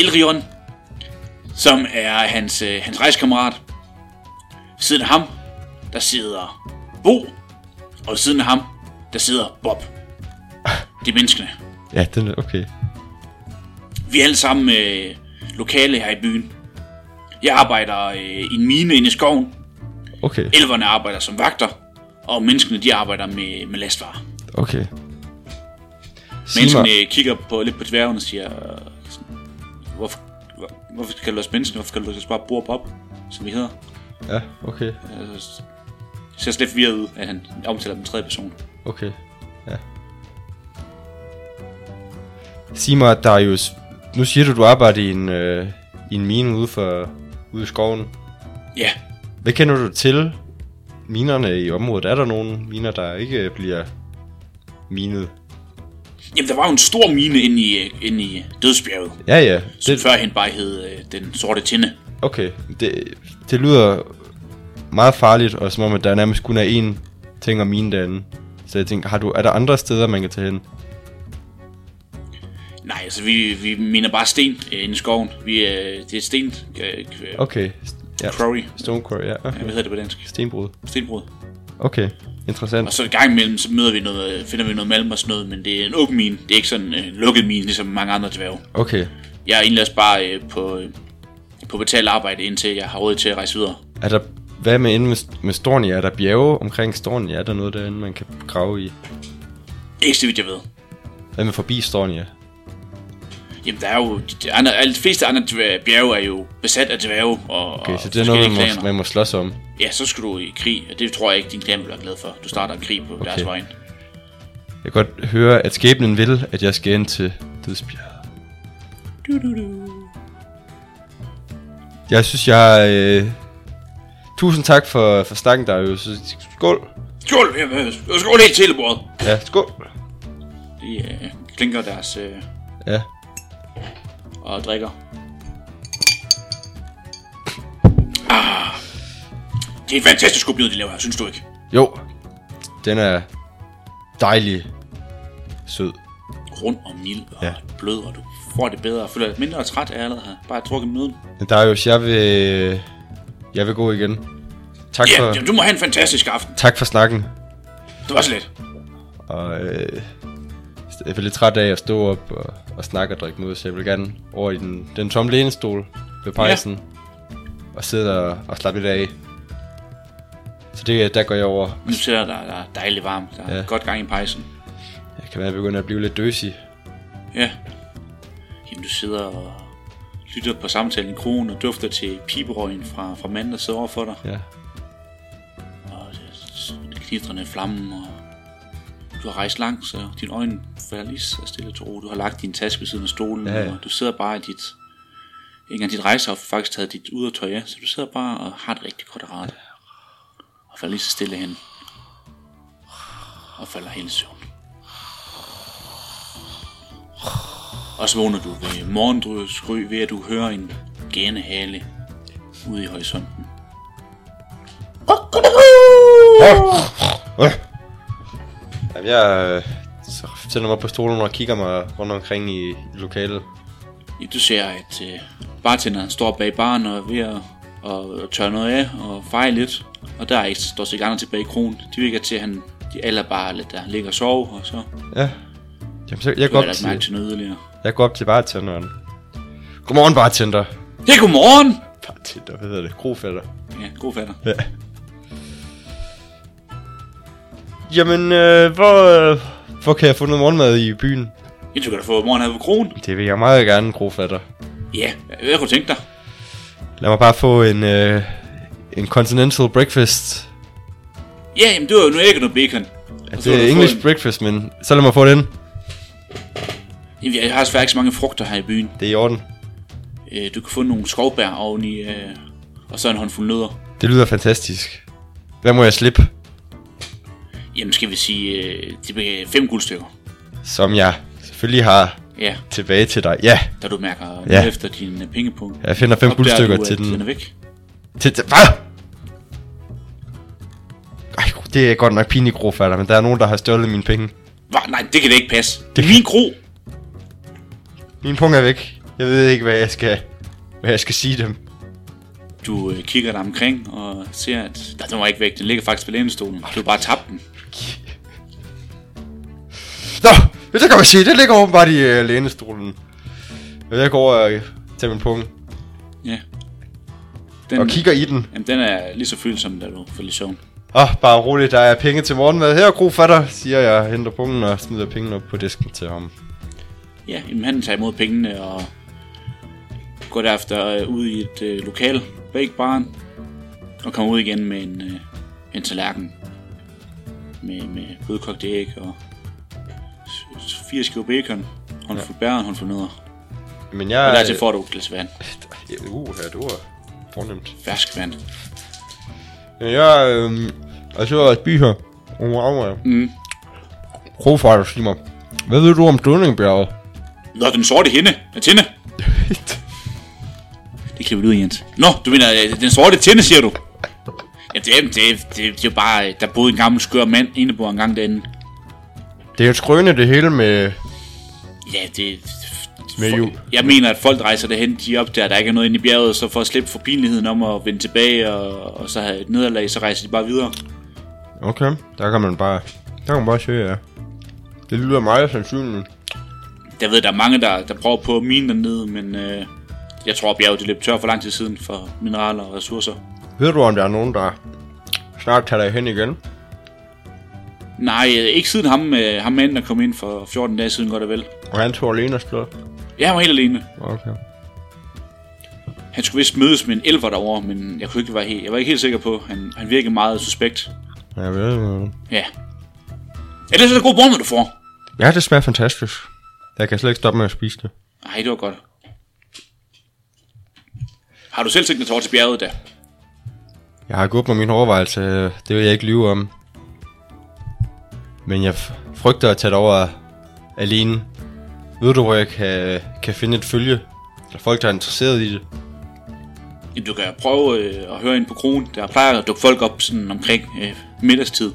Speaker 1: Elrion, som er hans, øh, hans rejskammerat. Ved siden af ham, der sidder Bo, og ved siden af ham, der sidder Bob. Det er menneskene.
Speaker 3: Ja, den er okay.
Speaker 1: Vi er alle sammen øh, lokale her i byen. Jeg arbejder øh, i en mine inde i skoven.
Speaker 3: Okay,
Speaker 1: Elverne arbejder som vagter. Og menneskene, de arbejder med, med lastvarer.
Speaker 3: okay. Sig mig,
Speaker 1: Menneskene øh, kigger på, lidt på dværgen og siger... øh, sådan, Hvorfor, hvor- hvorfor skal du os menneskene? Hvorfor skal du os bare Bor Bob, som vi hedder?
Speaker 3: ja, okay,
Speaker 1: Øh, s- ser slet forvirret ud, at han omtaler den tredje person.
Speaker 3: okay, ja. Sig mig, Darius, nu siger du, du arbejder i en, øh, i en mine ude, for, ude i skoven.
Speaker 1: Ja,
Speaker 3: Hvad kender du til minerne i området? Er der nogen miner, der ikke bliver minet?
Speaker 1: jamen der var jo en stor mine inde i, øh, inde i øh, Dødsbjerget,
Speaker 3: Ja, ja,
Speaker 1: som
Speaker 3: det,
Speaker 1: det... førhen bare hed øh, Den Sorte Tinde.
Speaker 3: okay, det, det lyder meget farligt, og som om, at der nærmest kun er én ting om mine derinde. Så jeg tænker, har du, er der andre steder, man kan tage hen?
Speaker 1: Nej, altså vi, vi minder bare sten øh, inde i skoven. Vi, øh, det er sten... Øh, okay.
Speaker 3: Okay. Ja.
Speaker 1: Quarry.
Speaker 3: Stone Quarry, ja.
Speaker 1: Ja, hvad
Speaker 3: Okay.
Speaker 1: hedder det på dansk?
Speaker 3: Stenbrud.
Speaker 1: Stenbrud.
Speaker 3: Okay, interessant.
Speaker 1: Og så i gang imellem, så møder vi noget, øh, finder vi noget malm og sådan noget, men det er en åben mine. Det er ikke sådan en øh, lukket mine, ligesom mange andre dværge.
Speaker 3: Okay.
Speaker 1: Jeg er egentlig også bare øh, på, øh, på betalt arbejde, indtil jeg har råd til at rejse videre.
Speaker 3: Er der, hvad med inde med, med Stornia? Er der bjerge omkring Stornia? Er der noget derinde, man kan grave i?
Speaker 1: Ikke så vidt jeg ved.
Speaker 3: Hvad med forbi Stornia?
Speaker 1: Jamen, der er jo... De, de, andre, alle- de fleste andre dværge, bjerge er jo besat af dværge og
Speaker 3: Okay,
Speaker 1: og
Speaker 3: så det er noget,
Speaker 1: forskellige
Speaker 3: man
Speaker 1: klaner.
Speaker 3: må, man må slås om.
Speaker 1: Ja, så skal du i krig, og det tror jeg ikke, din klan bliver glad for. Du starter en krig på okay. deres vejen.
Speaker 3: Jeg kan godt høre, at skæbnen vil, at jeg skal ind til dødsbjerget.
Speaker 1: Du, du, du.
Speaker 3: Jeg synes, jeg... Øh... Tusind tak for, for snakken, der er jo... så- Skål!
Speaker 1: Skål! jamen, øh, Skål helt til hele bordet!
Speaker 3: Ja, skål!
Speaker 1: De øh, klinker deres øh,
Speaker 3: Ja,
Speaker 1: og drikker. Ah, Ah, det er et fantastisk god de laver her, synes du ikke?
Speaker 3: jo. Den er dejlig sød.
Speaker 1: Rund og mild og
Speaker 3: Ja.
Speaker 1: ja. blød, og du får det bedre og føler dig mindre træt af allerede her. Bare drukket møden.
Speaker 3: Men Darius, jeg vil... Jeg vil gå igen. Tak
Speaker 1: Ja,
Speaker 3: for,
Speaker 1: jamen, du må have en fantastisk aften.
Speaker 3: tak for snakken.
Speaker 1: Det var så lidt.
Speaker 3: Og øh, jeg er lidt træt af at stå op og, og snakke og drikke noget, så jeg vil gerne over i den, den tomme lænestol ved pejsen. Ja. Og sidde og, og slappe lidt af. Så det, der går jeg over.
Speaker 1: Nu sidder der, der er dejligt varmt. Der er
Speaker 3: Ja.
Speaker 1: ja. godt gang i pejsen.
Speaker 3: Jeg kan være begyndt at blive lidt døsig.
Speaker 1: Ja. Jamen, du sidder og lytter på samtalen i krogen og dufter til piberøgen fra, fra manden, der sidder over for dig.
Speaker 3: Ja.
Speaker 1: Og det knitrende flammen, og du har rejst langt, så dine øjne falder lige så stille til ro. Du har lagt din taske ved siden af stolen,
Speaker 3: Ja, ja.
Speaker 1: og du sidder bare i dit... Ikke engang dit rejsehof har faktisk taget dit ydertøj af, så du sidder bare og har det rigtig godt og rart. Og falder lige så stille hen. Og falder helt i søvn. Og så vågner du ved morgendrøsgry ved, at du hører en gæne hale ude i horisonten.
Speaker 3: Jamen, jeg øh, så sætter mig op på stolen og kigger mig rundt omkring i, i lokalet.
Speaker 1: Ja, du ser, at øh, bartenderen står bag baren og er ved at, at, at tørre noget af og feje lidt. Og der er ikke står sig andre tilbage i kronen. De virker til, at han de alder bare lidt der ligger og sover, og så
Speaker 3: Ja. Jamen, så
Speaker 1: går
Speaker 3: jeg går
Speaker 1: jeg
Speaker 3: op
Speaker 1: ellers mærke
Speaker 3: til,
Speaker 1: til noget yderligere.
Speaker 3: jeg går op til bartenderen. Godmorgen, bartender.
Speaker 1: Ja, godmorgen!
Speaker 3: Bartender, hvad hedder det? Krofætter.
Speaker 1: Ja, god fatter.
Speaker 3: Ja. Jamen, øh, hvor, øh, hvor kan jeg få noget morgenmad i byen?
Speaker 1: Ja, du kan da få morgenmad ved kronen.
Speaker 3: Det vil jeg meget gerne, grofatter.
Speaker 1: Ja, hvad kunne du tænke dig?
Speaker 3: Lad mig bare få en, øh, en continental breakfast.
Speaker 1: Ja, jamen du har jo nu ikke noget bacon.
Speaker 3: Ja,
Speaker 1: Og så
Speaker 3: det
Speaker 1: kan
Speaker 3: er
Speaker 1: du få
Speaker 3: English
Speaker 1: en-
Speaker 3: breakfast, men så lad mig få den.
Speaker 1: Jamen, Jeg har desværre ikke så mange frugter her i byen.
Speaker 3: Det er i orden.
Speaker 1: Øh, Du kan få nogle skovbær oveni, øh, og så en håndfuld nødder.
Speaker 3: Det lyder fantastisk. Hvad må jeg slippe?
Speaker 1: Jamen skal vi sige, øh, det bliver fem guldstykker.
Speaker 3: Som jeg selvfølgelig har
Speaker 1: Ja,
Speaker 3: tilbage til dig. Ja,
Speaker 1: da du mærker
Speaker 3: Ja.
Speaker 1: ja. efter din øh, pengepunkt.
Speaker 3: jeg finder fem
Speaker 1: opdager
Speaker 3: guldstykker
Speaker 1: du, øh, at
Speaker 3: til den.
Speaker 1: Den er væk.
Speaker 3: Til, til, hvad? Ej, det er godt nok pinligt, grofatter, men der er nogen, der har stjålet mine penge.
Speaker 1: Hva? Nej, det kan da ikke passe. Det
Speaker 3: Det-
Speaker 1: er min kro.
Speaker 3: Min punkt er væk. Jeg ved ikke, hvad jeg skal, hvad jeg skal sige dem.
Speaker 1: Du øh, kigger dig omkring og ser, at der, den var ikke væk. Den ligger faktisk ved lænestolen. Du har bare tabt den.
Speaker 3: Nå, det kan man se. Det ligger åbenbart i øh, lænestolen. Jeg går over og øh, tager min punkt
Speaker 1: Ja. Den,
Speaker 3: og kigger i den.
Speaker 1: Jamen, den er lige så følsom, da du falder i søvn.
Speaker 3: Åh, bare roligt, der er penge til morgenmad. Her, grofatter, siger jeg, henter pungen og smider pengene op på disken til ham.
Speaker 1: Ja, jamen, han tager imod pengene og går derefter øh, ud i et øh, lokal bag baren og kommer ud igen med en, øh, en tallerken med, med blødkogt æg og s- s- fire skiver bacon, håndfuld bær og en håndfuld nødder.
Speaker 3: Men
Speaker 1: Og
Speaker 3: jeg...
Speaker 1: dertil får du et glas vand.
Speaker 3: Uh, her, det var fornemt.
Speaker 1: Fersk vand.
Speaker 3: Men jeg, øhm, og så er by her. Wow,
Speaker 1: Mm.
Speaker 3: Grofatter siger mig, hvad ved du om Dødningbjerget?
Speaker 1: Nå, den sorte hende. Er tinde. Det klipper vi ud, Jens. Nå, du mener, øh, den sorte tinde, siger du? Ja, det, er- det, er- det, det er jo bare, øh, der boede en gammel skør mand inde på en gang derinde.
Speaker 3: Det er et skrøne det hele med
Speaker 1: Ja, det
Speaker 3: Mere jul.
Speaker 1: Jeg mener, at folk rejser derhen, de opdager, at der ikke er noget inde i bjerget, så for at slippe for pinligheden om at vende tilbage og, og så have et nederlag, så rejser de bare videre.
Speaker 3: Okay, der kan man bare, der kan man bare søge, ja. Det lyder meget sandsynligt.
Speaker 1: Jeg ved, der er mange, der, der prøver på at mine dernede, men øh, jeg tror, at bjerget det løb tør for lang tid siden for mineraler og ressourcer.
Speaker 3: Ved du, om der er nogen, der snart tager dig hen igen?
Speaker 1: Nej, øh, ikke siden ham, øh, ham manden, der kom ind for 14 dage siden, godt og vel.
Speaker 3: Og han tog alene afsted.
Speaker 1: Jeg var helt alene.
Speaker 3: Okay.
Speaker 1: Han skulle vist mødes med en elver derovre, men jeg, kunne ikke være helt, jeg var ikke helt sikker på. Han, han virkede meget suspekt.
Speaker 3: Jeg ved øh, det.
Speaker 1: Ja. Ja, det er sådan en god brød, du får.
Speaker 3: Ja, det smager fantastisk. Jeg kan slet ikke stoppe med at spise det.
Speaker 1: Nej, det var godt. Har du selv tænkt dig at tage over til bjerget, da?
Speaker 3: Jeg har gået med min overvejelse, øh, det vil jeg ikke lyve om. Men jeg f- frygter at tage det over alene. Ved du, hvor jeg kan, kan finde et følge? Eller folk, der er interesseret i det?
Speaker 1: Jamen, du kan prøve øh, at høre ind på kronen. Der plejer at dukke folk op sådan omkring øh, middagstid.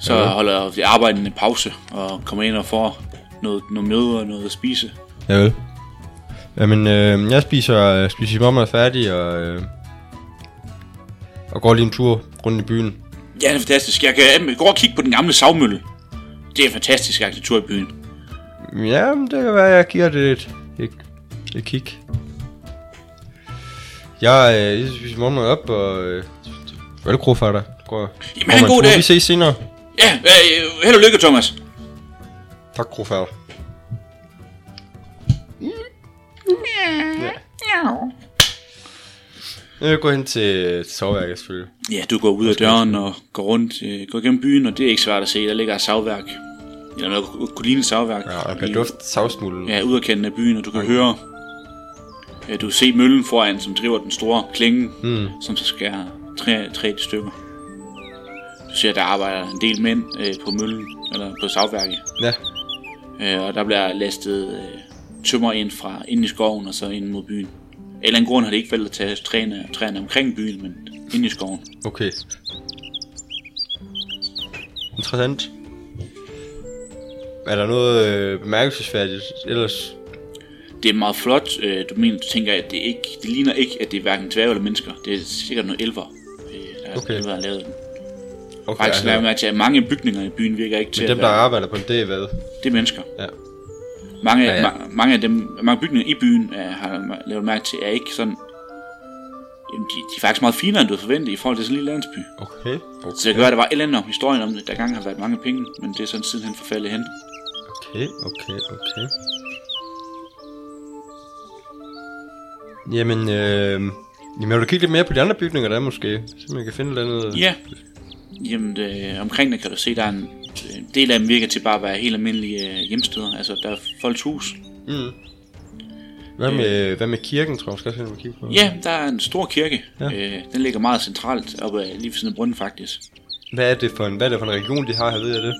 Speaker 1: Så ja. holder de arbejdende pause og kommer ind og får noget, noget møde og noget at spise.
Speaker 3: Ja vel. Jamen, øh, jeg spiser, øh, spiser mamma er færdig, og, øh, og går lige en tur rundt i byen.
Speaker 1: Ja, det er fantastisk. Jeg kan øh, gå og kigge på den gamle savmølle. Det er en fantastisk arkitektur i byen.
Speaker 3: Jamen, det kan være, jeg giver det et, et, et kig. Jeg, øh, jeg spiser mamma op, og... Øh, hvad er det, krofatter? Går,
Speaker 1: Jamen, have en god dag.
Speaker 3: Vi ses senere.
Speaker 1: Ja, øh, held og lykke, Thomas.
Speaker 3: Tak, krofatter. Jeg vil gå hen til til soveværket, selvfølgelig.
Speaker 1: Ja, du går ud af døren og går rundt, øh, går igennem byen, og det er ikke svært at se. Der ligger et savværk. Eller noget, der kunne ligne et savværk.
Speaker 3: Ja, og jeg
Speaker 1: Lige-
Speaker 3: kan dufte savsmulden.
Speaker 1: Ja, udadkanten af byen, og du kan høre... Ja, du kan se møllen foran, som driver den store klinge, mm. som så skærer tre, tre stykker. Du ser, at der arbejder en del mænd øh, på møllen, eller på savværket.
Speaker 3: Ja.
Speaker 1: Øh, og der bliver lastet øh, tømmer ind fra ind i skoven og så ind mod byen. Af en Eller anden grund har det ikke valgt at tage træerne, træerne omkring byen, men ind i skoven.
Speaker 3: Okay. Interessant. Er der noget øh, bemærkelsesværdigt ellers?
Speaker 1: Det er meget flot. Øh, du mener, du tænker, at det ikke, det ligner ikke, at det er hverken dværge eller mennesker. Det er sikkert noget elver, øh, der
Speaker 3: Okay.
Speaker 1: okay. har lavet den.
Speaker 3: Okay, altså,
Speaker 1: Faktisk lader jeg mærke til, at mange bygninger i byen virker ikke til
Speaker 3: men dem,
Speaker 1: at
Speaker 3: der
Speaker 1: være,
Speaker 3: arbejder på en dag, hvad?
Speaker 1: det er mennesker.
Speaker 3: Ja.
Speaker 1: Mange,
Speaker 3: Ja,
Speaker 1: ja,
Speaker 3: ja.
Speaker 1: ja. Ma- mange af dem, mange bygninger i byen er, har jeg lavet mærke til, er ikke sådan... Jamen, de, de er faktisk meget finere, end du havde forventet i forhold til sådan en lille landsby.
Speaker 3: Okay.
Speaker 1: Så det kan være, at der var et eller andet om historien om det, der engang har været mange penge, men det er sådan sidenhen forfaldet hen.
Speaker 3: Okay, okay, okay. Jamen, øh, jamen, jeg vil kigge lidt mere på de andre bygninger, der er måske. Så man kan finde et eller andet...
Speaker 1: Ja. Jamen, det, omkring det kan du se, der er en, en del af dem virker til bare at være helt almindelige øh, hjemsteder. Altså, der er folks hus.
Speaker 3: Mm. Hvad med, hvad med kirken, tror jeg, skal jeg også lige kigge på?
Speaker 1: Øh. Ja, der er en stor kirke.
Speaker 3: Ja.
Speaker 1: Ja. Øh, den ligger meget centralt oppe af- lige ved siden af brunnen, faktisk.
Speaker 3: Hvad er det for en, hvad er det for en region, de har her, ved jeg det?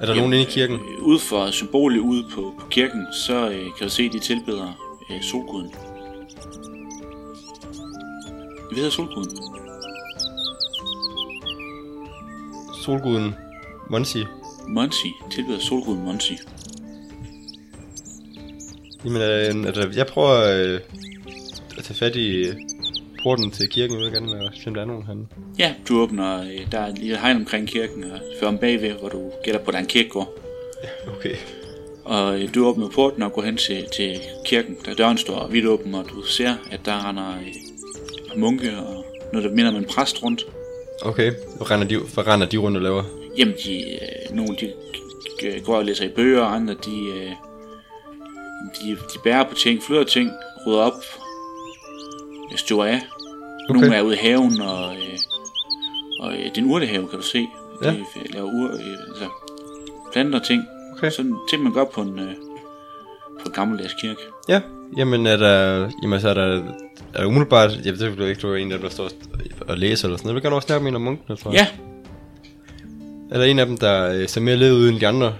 Speaker 3: Er der nogen inde i kirken?
Speaker 1: Øh, ude for symbolet ude på, på kirken, så øh, kan du se, at de tilbeder øh, solguden. Hvad hedder solguden?
Speaker 3: Solguden Monsi.
Speaker 1: Monsi. Tilbeder solguden Monsi.
Speaker 3: Jamen, øh, altså, jeg prøver øh, at tage fat i øh, porten til kirken, jeg ved gerne, hvad der er nogen herinde.
Speaker 1: Ja, du åbner, øh, der er et lille hegn omkring kirken, og fører om bagved, hvor du gætter på, at der er en kirkegård.
Speaker 3: Okay.
Speaker 1: Og øh, du åbner porten og går hen til, til kirken, der døren står vidt åben, og du ser, at der render øh, munke og noget, der minder om en præst rundt.
Speaker 3: Okay, hvad render de, hvad render de rundt og laver?
Speaker 1: Jamen, de, øh, nogle de g- g- går og læser i bøger, og andre de, øh, de, de bærer på ting, flytter ting, rydder op, øh, støver af. Okay. Nogle er ude i haven, og, øh, og øh, det er en urtehave, kan du se.
Speaker 3: Ja.
Speaker 1: De øh, laver ur, øh, altså, planter ting.
Speaker 3: Okay.
Speaker 1: Sådan ting, man gør på en, øh, på en gammeldags kirke.
Speaker 3: Ja, jamen er der, jamen, så er der, er der umiddelbart, jeg ved selvfølgelig ikke, du er en af dem, der står og læser eller sådan noget. Jeg vil gerne også snakke med en af munkene, tror jeg.
Speaker 1: Ja,
Speaker 3: Er der en af dem, der øh, ser mere led ud end de andre?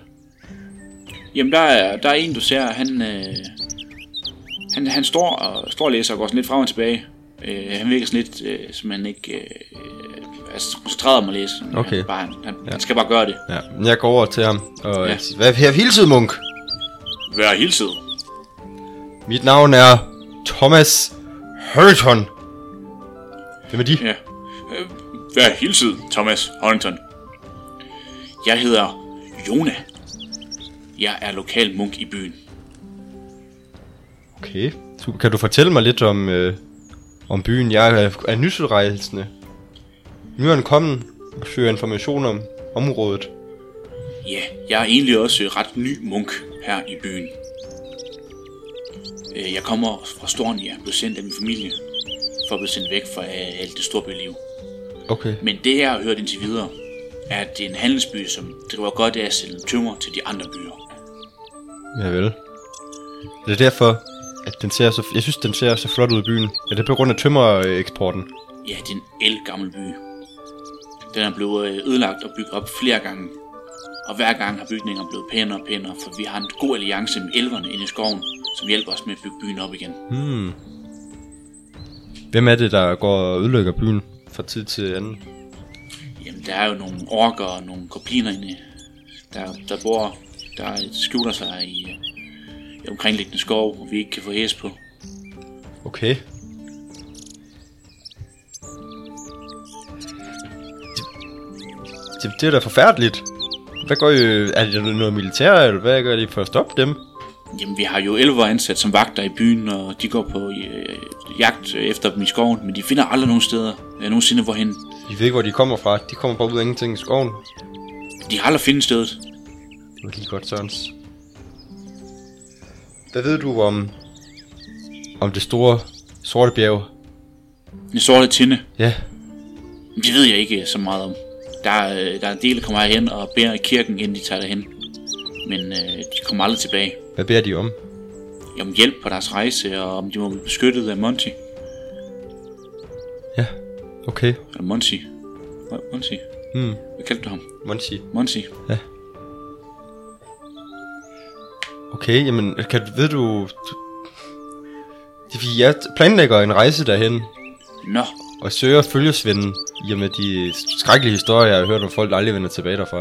Speaker 1: Jamen, der er, der er en, du ser, han, øh, han, han står, og, står og læser og går sådan lidt frem og tilbage. Øh, han virker sådan lidt, øh, som han ikke øh, er så koncentreret om at læse.
Speaker 3: Okay.
Speaker 1: Han, bare, han, han, ja. han skal bare gøre det.
Speaker 3: Ja, men jeg går over til ham og
Speaker 1: Ja.
Speaker 3: ja. siger, hvad er hele tiden, munk?
Speaker 1: Vær hilset.
Speaker 3: Mit navn er Thomas Hurton. Hvem er de?
Speaker 1: Ja. Øh, Vær hilset, Thomas Huntington. Jeg hedder Jona. Jeg er lokal munk i byen.
Speaker 3: Okay. Super. Kan du fortælle mig lidt om, øh, om byen? Jeg er, er nyselrejsende. Nu er den kommet og søger information om området.
Speaker 1: Ja, jeg er egentlig også øh, ret ny munk her i byen. Øh, Jeg kommer fra Stornia, blev sendt af min familie, for at blive sendt væk fra øh, alt det storbyliv.
Speaker 3: Okay.
Speaker 1: Men det, jeg har hørt indtil videre, er, at det er en handelsby, som driver godt af at sælge tømmer til de andre byer.
Speaker 3: Ja vel. Det er derfor, at den ser så, jeg synes, den ser så flot ud i byen. Er det på grund af tømmereksporten?
Speaker 1: Ja, det er en elgammel by. Den er blevet øh, ødelagt og bygget op flere gange. Og hver gang har bygningerne blevet pænere og pænere, for vi har en god alliance med elverne inde i skoven, som hjælper os med at bygge byen op igen.
Speaker 3: Hvem er det, der går og ødelægger byen fra tid til anden?
Speaker 1: Jamen, der er jo nogle orker og nogle gobliner inde, der, der bor, der skjuler sig i, øh, i omkringliggende skov, hvor vi ikke kan få hæs på.
Speaker 3: Okay. Det, det er da forfærdeligt. Hvad gør I? Er det noget militær, eller hvad gør de for at stoppe dem?
Speaker 1: Jamen, vi har jo elver ansat som vagter i byen, og de går på øh, jagt efter dem i skoven, men de finder aldrig nogen steder, øh, nogensinde hvorhen.
Speaker 3: I ved ikke, hvor de kommer fra. De kommer bare ud af ingenting i skoven.
Speaker 1: De har aldrig fundet stedet.
Speaker 3: Det var lige godt, Sørens. Hvad ved du om, om det store sorte bjerg?
Speaker 1: Den sorte tinde,
Speaker 3: Ja,
Speaker 1: det ved jeg ikke så meget om. Der, er, øh, der er en del, der kommer herhen og beder i kirken, inden de tager derhen. Men øh, de kommer aldrig tilbage.
Speaker 3: hvad beder de om?
Speaker 1: Om hjælp på deres rejse, og om de må blive beskyttet af Monty.
Speaker 3: Ja, okay.
Speaker 1: Eller Monty. Mon- Monty.
Speaker 3: Hmm,
Speaker 1: Hvad kaldte du ham?
Speaker 3: Monty.
Speaker 1: Monty.
Speaker 3: Okay, jamen, kan, ved du... du- Det er fordi, jeg planlægger en rejse derhen,
Speaker 1: Nå,
Speaker 3: og søger følgesvinden, i og med de skrækkelige historier, jeg har hørt om folk, der aldrig vender tilbage derfra.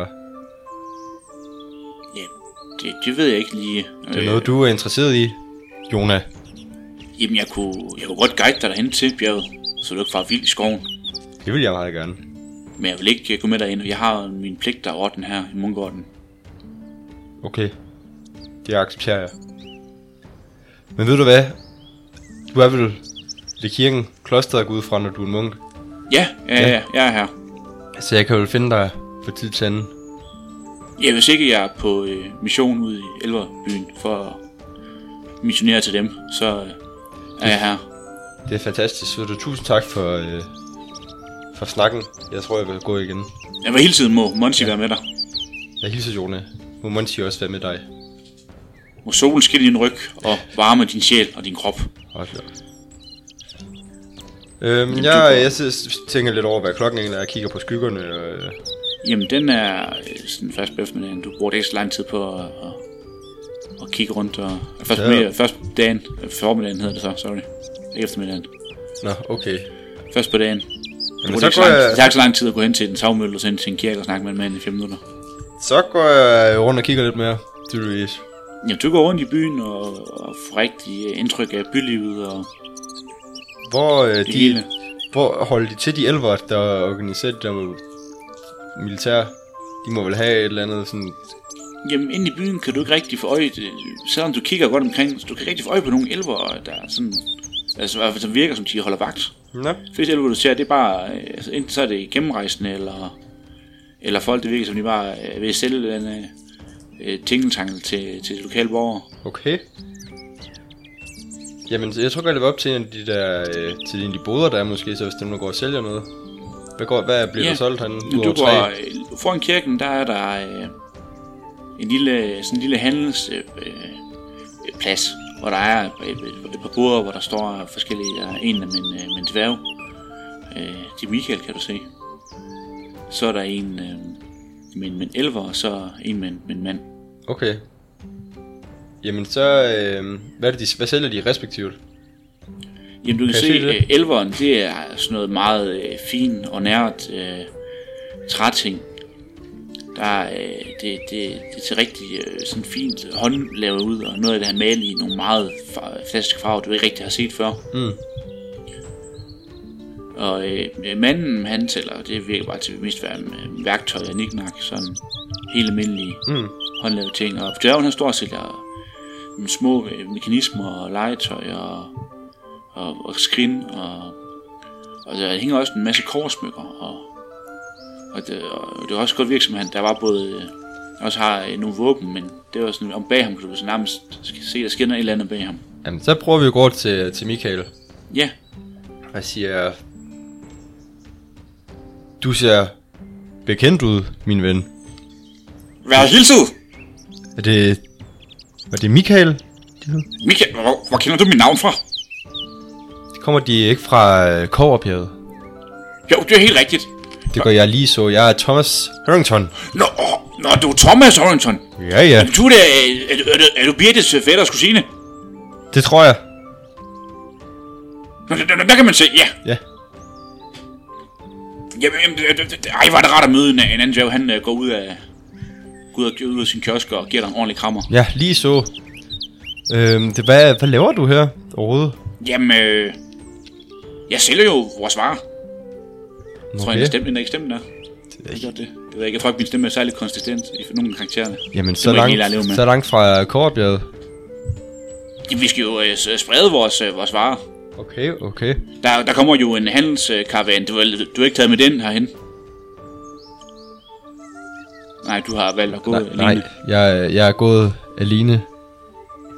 Speaker 1: ja, det, det ved jeg ikke lige.
Speaker 3: Det er noget, du er interesseret i, Jona.
Speaker 1: Øh, Jamen, jeg kunne, jeg kunne godt guide dig derhen til bjerget, så du ikke farer vildt i skoven.
Speaker 3: Det vil jeg meget gerne.
Speaker 1: Men jeg vil ikke øh, gå med dig ind. Jeg har min pligt der er orden her i Mungorden.
Speaker 3: Okay. Det accepterer jeg. Men ved du hvad? Du er vel ved kirken, klosteret går ud fra, når du er en munk.
Speaker 1: Ja, ja,
Speaker 3: Ja.
Speaker 1: ja, jeg er her.
Speaker 3: Så jeg kan vel finde dig for tid til anden.
Speaker 1: Ja, hvis ikke jeg er på øh, mission ude i Elverbyen for at missionere til dem, så øh, er jeg her.
Speaker 3: Det er fantastisk. Ved du, tusind tak for, øh, for snakken. Jeg tror, jeg vil gå igen.
Speaker 1: Jeg var hele tiden må Monty ja. være med dig.
Speaker 3: Jeg hilser, Jona. Må Monty også være med dig.
Speaker 1: Må solen skinne i din ryg og varme din sjæl og din krop.
Speaker 3: Hold da. op. Øhm,
Speaker 1: du går-
Speaker 3: jeg, jeg sidder, tænker lidt over, hvad klokken egentlig er. Jeg kigger på skyggerne. Og, øh,
Speaker 1: Jamen, den er øh, sådan først på eftermiddagen. Du bruger ikke så lang tid på at, at, at kigge rundt. Og, og først,
Speaker 3: Ja.
Speaker 1: ja. mere, først på dagen, øh, formiddagen hedder det så, sorry. Ikke eftermiddagen.
Speaker 3: nå, okay.
Speaker 1: Først på dagen. Det
Speaker 3: Jamen,
Speaker 1: bruger
Speaker 3: så,
Speaker 1: ikke så
Speaker 3: går
Speaker 1: lang,
Speaker 3: jeg,
Speaker 1: det tager ikke så lang tid at gå hen til den savmølle og så hen til en kirke og snakke med en mand i 5 minutter.
Speaker 3: så går jeg rundt og kigger lidt mere. Tydeligvis.
Speaker 1: Jamen, du går rundt i byen og, og får rigtig øh, indtryk af bylivet og
Speaker 3: Hvor, øh,
Speaker 1: det
Speaker 3: de,
Speaker 1: hele.
Speaker 3: hvor holder de til de elver, der organiserer det der militær? De må vel have et eller andet sådan...
Speaker 1: Jamen, inde i byen kan du ikke rigtig få øje, øh, selvom du kigger godt omkring, så du kan ikke rigtig få øje på nogle elver, der er sådan, altså, i hvert fald, som virker, som de holder vagt.
Speaker 3: Nå.
Speaker 1: fleste elver, du ser, det er bare, øh, altså, enten så er det gennemrejsende, eller, eller folk, det virker som, de bare øh, vil sælge den øh, tingeltangel til, til de lokale borgere.
Speaker 3: Okay. Jamen, så jeg tror godt, jeg vil op til en af de der... Øh, til en af de boder, der er måske, så hvis dem der går og sælger noget. Hvad, går, hvad bliver
Speaker 1: Ja.
Speaker 3: der solgt herinde?
Speaker 1: Men
Speaker 3: Udover
Speaker 1: du
Speaker 3: træ?
Speaker 1: går, øh, foran kirken, der er der øh, en lille, sådan en lille handels, øh, øh, plads, hvor der er et, et, et par boder, hvor der står forskellige, der er en med en, øh, med en dværg. Øh, det er Michael, kan du se. Så er der en øh, med, en- med en elver, og så en med, en- med en mand.
Speaker 3: Okay. Jamen, så... Øh, hvad, er det, de, hvad sælger de respektivt?
Speaker 1: Jamen du kan,
Speaker 3: Kan
Speaker 1: se,
Speaker 3: jeg se det?
Speaker 1: øh, elveren, det er sådan noget meget øh, fint og nært øh, træting. Der, øh, det, det, det ser rigtig øh, sådan fint håndlavet ud, og noget af det er malet i nogle meget fa- fantastiske farver, du ikke rigtig har set før.
Speaker 3: Mm.
Speaker 1: Og øh, manden, han tæller, det virker bare til at mest være med værktøj og niknak, sådan helt almindelige
Speaker 3: Mm.
Speaker 1: håndlavede ting. Og dværgen, han står og sælger mm, små øh, mekanismer og legetøj og, og, og skrin, og, og der hænger også en masse korsmykker. Og, og, det, og det er også godt virksomhed, der var både øh, også har øh, nogle våben, men det var sådan, om bag ham kunne du så nærmest se, der skinner et eller andet bag ham.
Speaker 3: Jamen, så prøver vi at gå over til, til Michael.
Speaker 1: Ja,
Speaker 3: og siger, du ser bekendt ud, min ven.
Speaker 1: vær hilset!
Speaker 3: Er det, var det Michael? Det hed?
Speaker 1: Michael, hvor, hvor kender du mit navn fra?
Speaker 3: Kommer de ikke fra øh, Kåberbjerget?
Speaker 1: Jo, det er helt rigtigt.
Speaker 3: Det gør jeg lige så. Jeg er Thomas Harrington.
Speaker 1: Nå, åh, nå du er Thomas Orrington.
Speaker 3: Ja, ja.
Speaker 1: Du er, da- er, du- er, du- er du Birtes øh, fætters kusine?
Speaker 3: Det tror jeg.
Speaker 1: Nå, der, der, der kan man se, ja.
Speaker 3: Ja.
Speaker 1: Jamen, jamen, det- det- det- ej, hvor er det rart at møde en, en anden dværg. Han øh, går ud af, går ud af, ud af sin kiosk og giver dig en ordentlig krammer.
Speaker 3: Ja, lige så. Øhm, det, hvad, hvad laver du her overhovedet?
Speaker 1: Jamen, øh, jeg sælger jo vores varer. Okay. Tror jeg,
Speaker 3: Okay.
Speaker 1: den stemte, den er ikke stemmen der. Det er det. Det ved jeg ikke. Jeg tror ikke, min stemme er særlig konsistent i nogle af karaktererne.
Speaker 3: Jamen,
Speaker 1: må
Speaker 3: så
Speaker 1: jeg ikke lige lade leve
Speaker 3: langt,
Speaker 1: med.
Speaker 3: så langt fra Kåberbjerget.
Speaker 1: Jamen, Vi skal jo øh, s- sprede vores, øh, vores varer.
Speaker 3: Okay, okay.
Speaker 1: Der, der kommer jo en handelskaravan. Du, har- du har ikke taget med den herhen. Nej, du har valgt at gå
Speaker 3: Nej,
Speaker 1: alene.
Speaker 3: nej jeg, jeg er gået alene.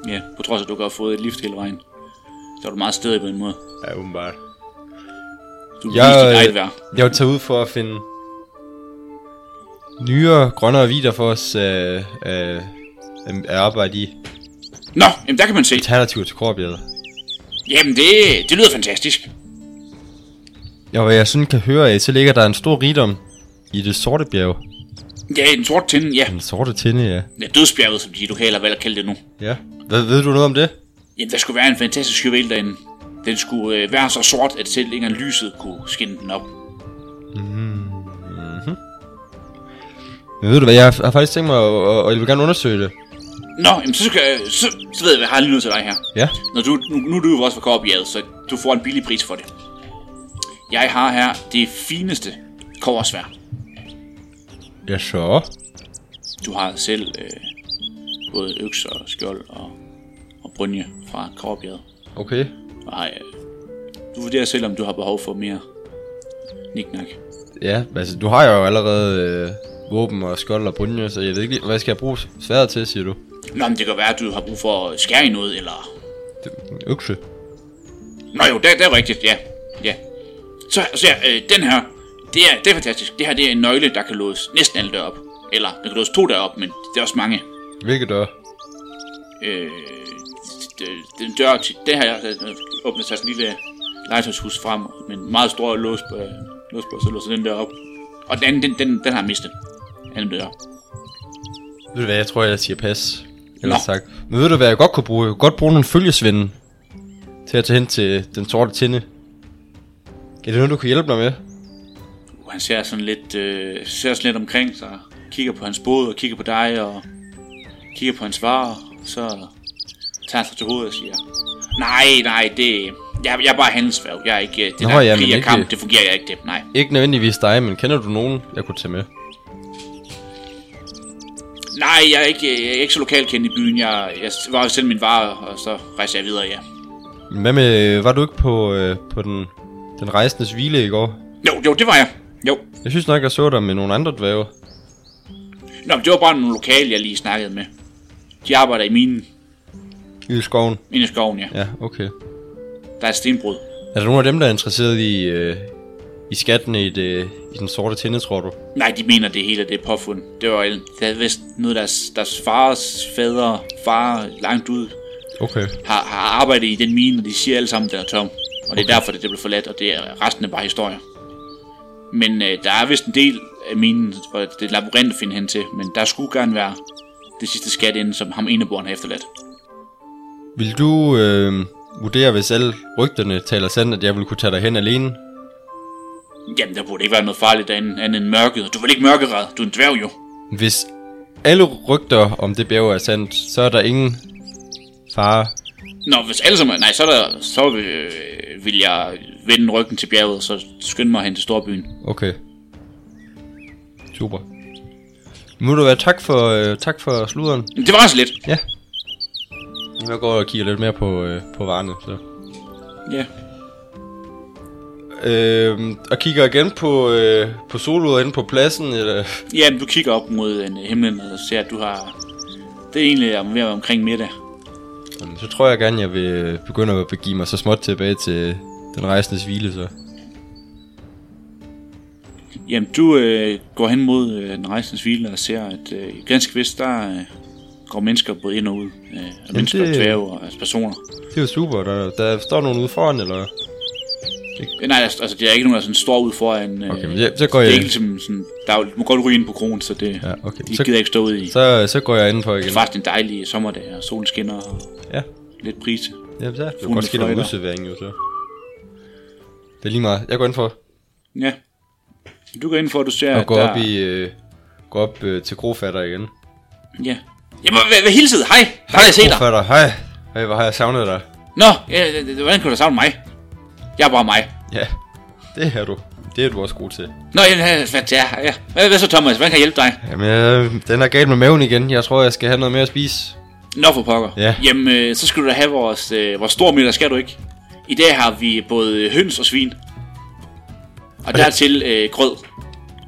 Speaker 1: Ja, på trods af, at du ikke har fået et lift hele vejen. Så er du meget stedig på en måde.
Speaker 3: Ja, åbenbart.
Speaker 1: Du
Speaker 3: Jeg,
Speaker 1: jeg, vise dit
Speaker 3: øh,
Speaker 1: eget værd.
Speaker 3: Jeg vil tage ud for at finde nyere, grønnere vider for os øh, øh, at arbejde i.
Speaker 1: Nå, jamen der kan man se.
Speaker 3: Alternativer til korbjæder.
Speaker 1: Jamen det, det lyder fantastisk.
Speaker 3: Og hvad jeg sådan kan høre af, så ligger der en stor rigdom i det sorte bjerg.
Speaker 1: Ja, en sort tinde, ja.
Speaker 3: Den sorte tinde, ja.
Speaker 1: ja dødsbjerget, som de lokale har valgt at kalde det nu.
Speaker 3: Ja. Hvad, ved du noget om det?
Speaker 1: Jamen der skulle være en fantastisk juvel derinde. Den skulle øh, være så sort, at selv ikke engang lyset kunne skinne den op.
Speaker 3: Men ved du hvad, jeg har, har faktisk tænkt mig, at- og, og jeg vil gerne undersøge det.
Speaker 1: Nå, jamen så, skal, øh, så, så ved jeg, hvad jeg har lige noget til dig her.
Speaker 3: Ja.
Speaker 1: Når du, nu, nu er du jo også for kobberjæret, så du får en billig pris for det. Jeg har her det fineste kobbersvær.
Speaker 3: Ja, så.
Speaker 1: Du har selv øh, både økser og skjold og, og brynje fra kobberjæret.
Speaker 3: Okay.
Speaker 1: Og har, øh, du vurderer selv, om du har behov for mere niknak.
Speaker 3: Ja, altså du har jo allerede øh, våben og skjold og brynje, så jeg ved ikke lige, hvad skal jeg bruge sværet til, siger du?
Speaker 1: Nå, men det kan være, at du har brug for at skære i noget, eller...
Speaker 3: En Økse.
Speaker 1: Nå jo, det, det er rigtigt, ja. ja. Så, så ja, øh, den her, det er, det er fantastisk. Det her det er en nøgle, der kan låse næsten alle døre op. Eller, der kan låse to døre op, men det er også mange.
Speaker 3: Hvilket dør?
Speaker 1: øh, d- d- den dør til det her øh, åbner sig sådan en lille legetøjshus frem, men en meget stor lås på, øh, lås på, så låser den der op. Og den anden, den, den, den har jeg mistet. Anden dør.
Speaker 3: Ved du hvad, jeg tror, jeg siger pas. Eller
Speaker 1: Nå.
Speaker 3: sagt. Men ved du hvad, jeg godt kunne bruge? Jeg kunne godt bruge nogle følgesvinde til at tage hen til den sorte tinde. Er det noget, du kan hjælpe mig med?
Speaker 1: Uh, Han ser sådan lidt, øh, ser sådan lidt omkring sig, kigger på hans båd og kigger på dig og kigger på hans varer, og så tager han sig til hovedet og siger, nej, nej, det, jeg, jeg er bare handelsværv, jeg er ikke, øh, det
Speaker 3: Nå,
Speaker 1: Nå, der
Speaker 3: ja, men
Speaker 1: krig og
Speaker 3: ikke-
Speaker 1: kamp, det fungerer jeg ikke det, nej.
Speaker 3: Ikke nødvendigvis dig, men kender du nogen, jeg kunne tage med?
Speaker 1: Nej, jeg er ikke, jeg er ikke så lokalt kendt i byen. Jeg, jeg var jo selv min vare, og så rejser jeg videre, ja.
Speaker 3: Men Hvad med, var du ikke på, øh, på den, den rejsendes hvile i går?
Speaker 1: Jo, jo, det var jeg. Jo.
Speaker 3: Jeg synes nok, jeg så dig med nogle andre dvæve.
Speaker 1: Nå, men det var bare nogle lokale, jeg lige snakkede med. De arbejder i minen,
Speaker 3: I skoven.
Speaker 1: inde i skoven, ja.
Speaker 3: Ja, okay.
Speaker 1: Der er et stenbrud.
Speaker 3: Er der nogen af dem, der er interesseret i, øh, i skatten i, det, i den sorte tinde, tror du?
Speaker 1: Nej, de mener, det hele det er påfund. Det var alt- det er vist noget, deres, deres fars fader, far langt ud,
Speaker 3: Okay.
Speaker 1: har, har arbejdet i den mine, og de siger alle sammen, den er tom. Og det er derfor, det, det blev forladt, og det er resten er bare historier. Men øh, der er vist en del af minen, hvor det er labyrint at finde hen til, men der skulle gerne være det sidste skat inde, som ham eneboren har efterladt.
Speaker 3: Vil du øh, vurdere, hvis alle rygterne taler sandt, at jeg vil kunne tage dig hen alene?
Speaker 1: Jamen, der burde ikke være noget farligt derinde, andet end mørket. Du vil ikke mørkeret, du er en dværg jo.
Speaker 3: Hvis alle rygter om det bjerg er sandt, så er der ingen fare.
Speaker 1: Nå, hvis alle sammen... Nej, så, er der, så øh, vil jeg vende ryggen til bjerget, så skynde mig hen til storbyen.
Speaker 3: Okay. Super. Må du være tak for, øh, tak for sluderen.
Speaker 1: Men Det var også lidt.
Speaker 3: Ja. Jeg går og kigger lidt mere på, øh, på varerne, så.
Speaker 1: Ja.
Speaker 3: Øh, og kigger igen på, øh, på soloer inde på pladsen, eller...
Speaker 1: Ja, men du kigger op mod en øh, himlen og ser, at du har... Det er egentlig om- ved at være omkring middag.
Speaker 3: Jamen, så tror jeg gerne, jeg vil øh, begynde at begive mig så småt tilbage til den rejsendes hvile, så.
Speaker 1: Jamen, du øh, går hen mod øh, den rejsens hvile og ser, at øh, ganske vist, der øh, går mennesker både ind og ud. Øh, og mennesker det...
Speaker 3: det-
Speaker 1: og dværge og altså, personer.
Speaker 3: Det er jo super, der, der står nogen ude foran, eller...
Speaker 1: Øh, nej, altså, det er ikke nogen, der sådan står ud foran... Øh,
Speaker 3: Okay, men ja, så går
Speaker 1: det er
Speaker 3: jeg...
Speaker 1: ikke ligesom sådan... Der er, jo- du må godt ryge ind på kronen, så det,
Speaker 3: Ja, okay.
Speaker 1: de
Speaker 3: Så-
Speaker 1: gider ikke stå ud i. Det
Speaker 3: Så, så går jeg indenfor igen.
Speaker 1: er faktisk en dejlig sommerdag, og solen skinner og
Speaker 3: Ja,
Speaker 1: lidt brise.
Speaker 3: ja så det
Speaker 1: Fuglene
Speaker 3: kan godt ske noget
Speaker 1: fløjter.
Speaker 3: udservering, jo, så. Det er lige meget. Jeg går indenfor
Speaker 1: Ja. Du går ind for, at du ser,
Speaker 3: og
Speaker 1: at
Speaker 3: går
Speaker 1: der...
Speaker 3: op i... Øh, går op øh, til grofatter igen.
Speaker 1: Ja. Jamen, hvad, hvad hilsede? Hej! Hvad har jeg set dig?
Speaker 3: Grofatter, hej! Hej, hvor har jeg savnet dig.
Speaker 1: Nå, ja, ja, ja, hvordan kunne du savne mig? Jeg er bare mig.
Speaker 3: Ja, det er du. Det er du også god til.
Speaker 1: Nå, ja, ja, hvad, ja, ja. Hvad, hvad så, Thomas? Hvordan kan jeg hjælpe dig?
Speaker 3: Jamen, øh, den er galt med maven igen. Jeg tror, jeg skal have noget mere at spise.
Speaker 1: Nå, for pokker.
Speaker 3: Ja.
Speaker 1: Jamen, øh, så skal du da have vores, øh, vores stor middag, skal du ikke? I dag har vi både høns og svin. Og dertil øh, grød.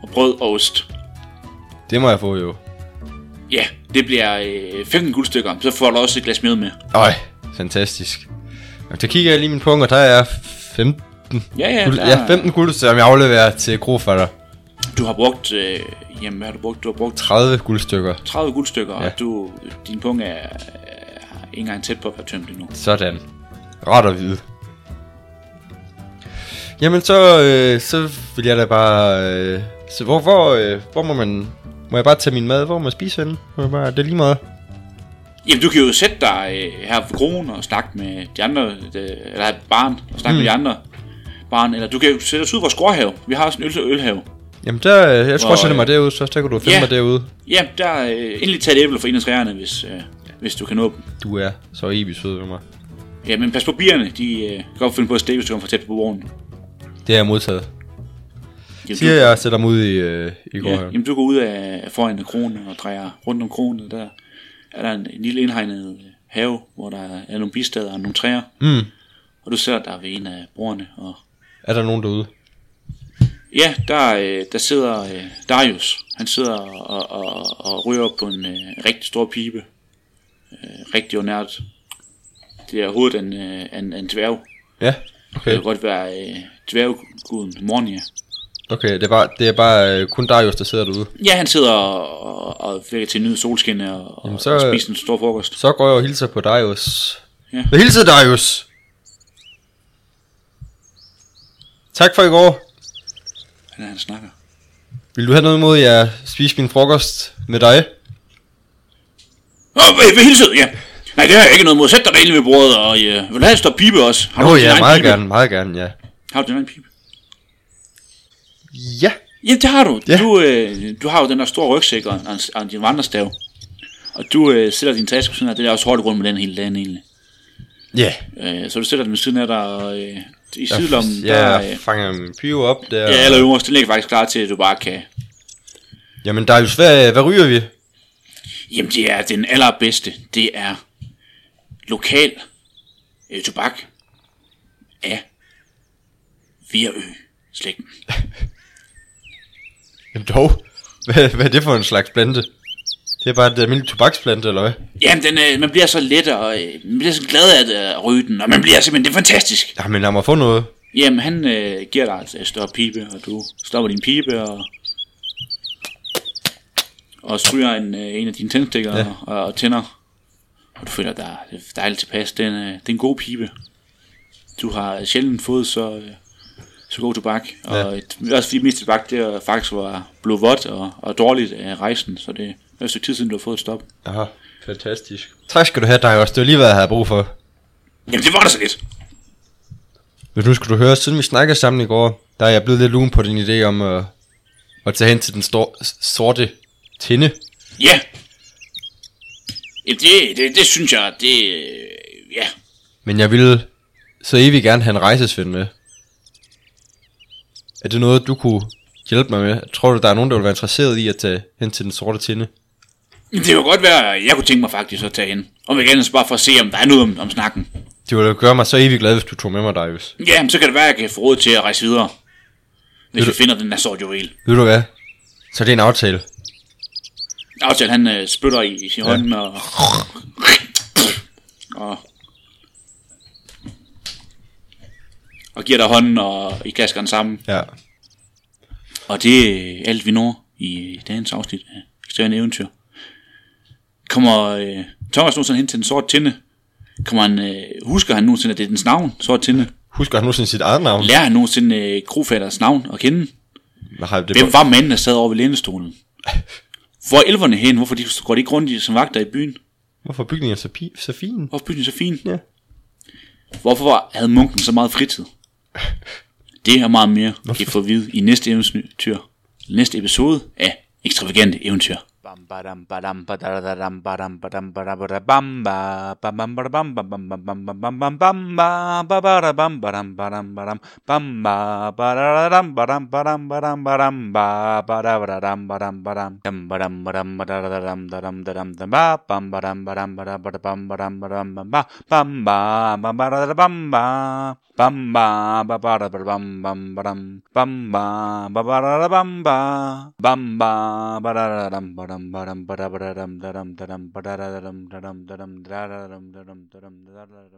Speaker 1: Og brød og ost.
Speaker 3: Det må jeg få, jo.
Speaker 1: Ja, det bliver øh, 15 guldstykker. Så får du også et glas mjød med.
Speaker 3: Øj, fantastisk. Jamen, så kigger jeg lige i min punkt, og der er 15,
Speaker 1: Ja, ja.
Speaker 3: guld,
Speaker 1: der-
Speaker 3: ja, 15 guld, som jeg afleverer til grofatter.
Speaker 1: Du har brugt... Øh, jamen, hvad har du brugt? Du har brugt
Speaker 3: 30 guldstykker.
Speaker 1: 30 guldstykker, ja.
Speaker 3: Ja.
Speaker 1: og du, din punkt er, er ikke engang tæt på at være tømt endnu.
Speaker 3: Sådan. Ret og hvide. Jamen, så, øh, så vil jeg da bare... Øh, så hvor, hvor, øh, hvor må man... Må jeg bare tage min mad? Hvor må jeg spise henne? Må jeg bare, det er lige meget.
Speaker 1: Jamen, du kan jo sætte dig øh, her ved kronen og snakke med de andre, de, eller barn, og snakke mm. med de andre barn, eller du kan jo sætte os ud i vores gårdhave. Vi har også en øl, ølhave.
Speaker 3: Jamen, der, øh, jeg tror,
Speaker 1: Nå,
Speaker 3: jeg sætter
Speaker 1: ja.
Speaker 3: mig derude, så, så kan du finde
Speaker 1: Ja.
Speaker 3: mig derude.
Speaker 1: Ja, der øh, endelig tag et æble fra en af træerne, hvis, øh, hvis du kan nå dem.
Speaker 3: Du er så evig sød ved mig.
Speaker 1: Ja, men pas på bierne, de øh, kan godt finde på at stikke, hvis du kommer for tæt på vognen.
Speaker 3: Det har jeg modtaget.
Speaker 1: Jamen,
Speaker 3: Siger
Speaker 1: du,
Speaker 3: jeg, og sætter mig ud i, øh, i går
Speaker 1: ja, jamen, du går ud af foran af kronen og drejer rundt om kronen, og der er der en, en lille indhegnet øh, have, hvor der er nogle bistader og nogle træer.
Speaker 3: Mm.
Speaker 1: Og du sidder der ved en af brugerne, og
Speaker 3: Er der nogen derude?
Speaker 1: ja, der, øh, der sidder øh, Darius. Han sidder og, og, og, og ryger på en øh, rigtig stor pibe. Øh, rigtig ordnært. Det er hovedet af en, øh, af en, af en dværg.
Speaker 3: Ja.
Speaker 1: Det
Speaker 3: Okay.
Speaker 1: kan godt være øh, dværgguden Mornia.
Speaker 3: Okay, det er bare, det er bare øh, kun Darius, der sidder derude.
Speaker 1: Ja, han sidder og, og, og virker til nyde solskinne og, Jamen,
Speaker 3: Jamen,
Speaker 1: så...
Speaker 3: så-
Speaker 1: og spiser en stor frokost.
Speaker 3: Så går jeg og hilser på Darius.
Speaker 1: Ja.
Speaker 3: Ja. Jeg hilser Darius! Tak for i går.
Speaker 1: Han, han snakker.
Speaker 3: Vil du have noget imod, at jeg spiser min frokost med dig?
Speaker 1: Åh, oh, ved, ved hilset, ja. Nej, det har jeg ikke noget mod. Sæt dig derinde ved bordet, og øh, vil du have en stor pibe også? Har
Speaker 3: Nå
Speaker 1: du din
Speaker 3: ja,
Speaker 1: egen
Speaker 3: meget
Speaker 1: pibe?
Speaker 3: gerne, meget gerne, ja.
Speaker 1: Har du din egen pibe?
Speaker 3: Ja.
Speaker 1: Ja, det har du. Ja.
Speaker 3: Ja.
Speaker 1: Du, øh, du har jo den der store rygsæk og, og, og din vandrestav. Og du øh, sætter din taske ved siden af, det er også hårdt rundt med den hele dagen egentlig.
Speaker 3: Ja.
Speaker 1: Øh, så du sætter den ved siden af dig, og øh, i
Speaker 3: Jeg-
Speaker 1: sidelommen, ja, der, øh,
Speaker 3: Jeg fanger min pyro op der.
Speaker 1: ja, eller øverst, den ligger faktisk klar til, at du bare kan...
Speaker 3: Jamen Darius, hvad, hvad ryger vi?
Speaker 1: Jamen, det er den allerbedste. Det er lokal øh, tobak af Virø slægten.
Speaker 3: Jamen dog. (laughs) Hvad, hvad er det for en slags plante? Det er bare et almindeligt tobaksplante, eller hvad?
Speaker 1: Jamen, den, øh, man bliver så let, og øh, man bliver så glad af at øh, ryge den, og man bliver simpelthen, det er fantastisk.
Speaker 3: Jamen lad mig få noget.
Speaker 1: Jamen, han øh, giver dig altså en større pibe, og du stopper din pibe og, og stryger en, øh, en af dine tændstikker ja.
Speaker 3: Ja.
Speaker 1: og, og tænder. Og du føler dig dejligt tilpas. Det er, en, øh, det er en god pibe. Du har sjældent fået så, øh, så god tobak. Og
Speaker 3: Ja.
Speaker 1: ja. også fordi mest tobak, det er faktisk var blevet vådt og, og dårligt af rejsen. Så det er et stykke tid siden, du har fået et stop.
Speaker 3: Aha, fantastisk. Tak skal du have, Darius. Det var lige, hvad jeg havde brug for.
Speaker 1: Jamen, det var da så lidt.
Speaker 3: Men nu skal du høre, siden vi snakkede sammen i øh, går, der er jeg blevet lidt lun på din idé om at, at tage hen til den stor, sorte Tinde.
Speaker 1: Ja. ja det, det, det synes jeg, det... øh, Ja.
Speaker 3: Men jeg ville så evigt gerne have en rejsesven med. Er det noget, du kunne hjælpe mig med? Tror du, der er nogen, der vil være interesseret i at tage hen til den sorte tinde?
Speaker 1: Men det kan godt være, at jeg kunne tænke mig faktisk at tage hende. Om ikke andet, så bare for at se, om der er noget om, om snakken.
Speaker 3: Det ville gøre mig så evigt glad, hvis du tog med mig, Darius.
Speaker 1: Ja, men så kan det være, at jeg kan få råd til at rejse videre. Hvis
Speaker 3: Ved
Speaker 1: vi
Speaker 3: du-
Speaker 1: finder den der sort juvel.
Speaker 3: Ved du hvad? Så det er en aftale.
Speaker 1: Aftale, han øh, spytter i, i sin ja. hånd og... og... Og giver dig hånden, og I kasker den sammen.
Speaker 3: Ja.
Speaker 1: Og det er alt, vi når i dagens afsnit af Ekstreme Eventyr. Kommer øh, Thomas nogensinde hen til den sorte tinde? Kommer han, øh, husker han nogensinde, at det er dens navn, sort tinde?
Speaker 3: Husker han nogensinde sit eget navn?
Speaker 1: Lærer han nogensinde øh, krofatters navn at kende?
Speaker 3: Nej, det
Speaker 1: Hvem var manden, der sad over ved lænestolen? Hvor er elverne hen? Hvorfor de, går de ikke rundt i- som vagter i byen?
Speaker 3: Hvorfor er bygningen så, pi- så fin?
Speaker 1: Hvorfor er byen så fin?
Speaker 3: Ja.
Speaker 1: Hvorfor var- havde munken så meget fritid? Det her meget mere kan I få at vide i næste eventyr. Næste episode af Ekstravagante Eventyr.
Speaker 2: Bam badam badam badadadam badam badam badabadabam ba bam bam badabam bam bam bam bam bam bam bam bam ba babadabam badam badam badam bam ba badadadam badam badam badam badam ba badabadadam badam badam dam badam badam badadadam dadam dadam dam ba bam badam badam badabadabam badam badam bam ba bam ba bam badadabam ba bam ba babadabam bam badam bam ba babadabam ba bam ba badadadam badam badam badabadadam dadam dadam badadadam dadam dadam dadadadam dadam dadam dadadadam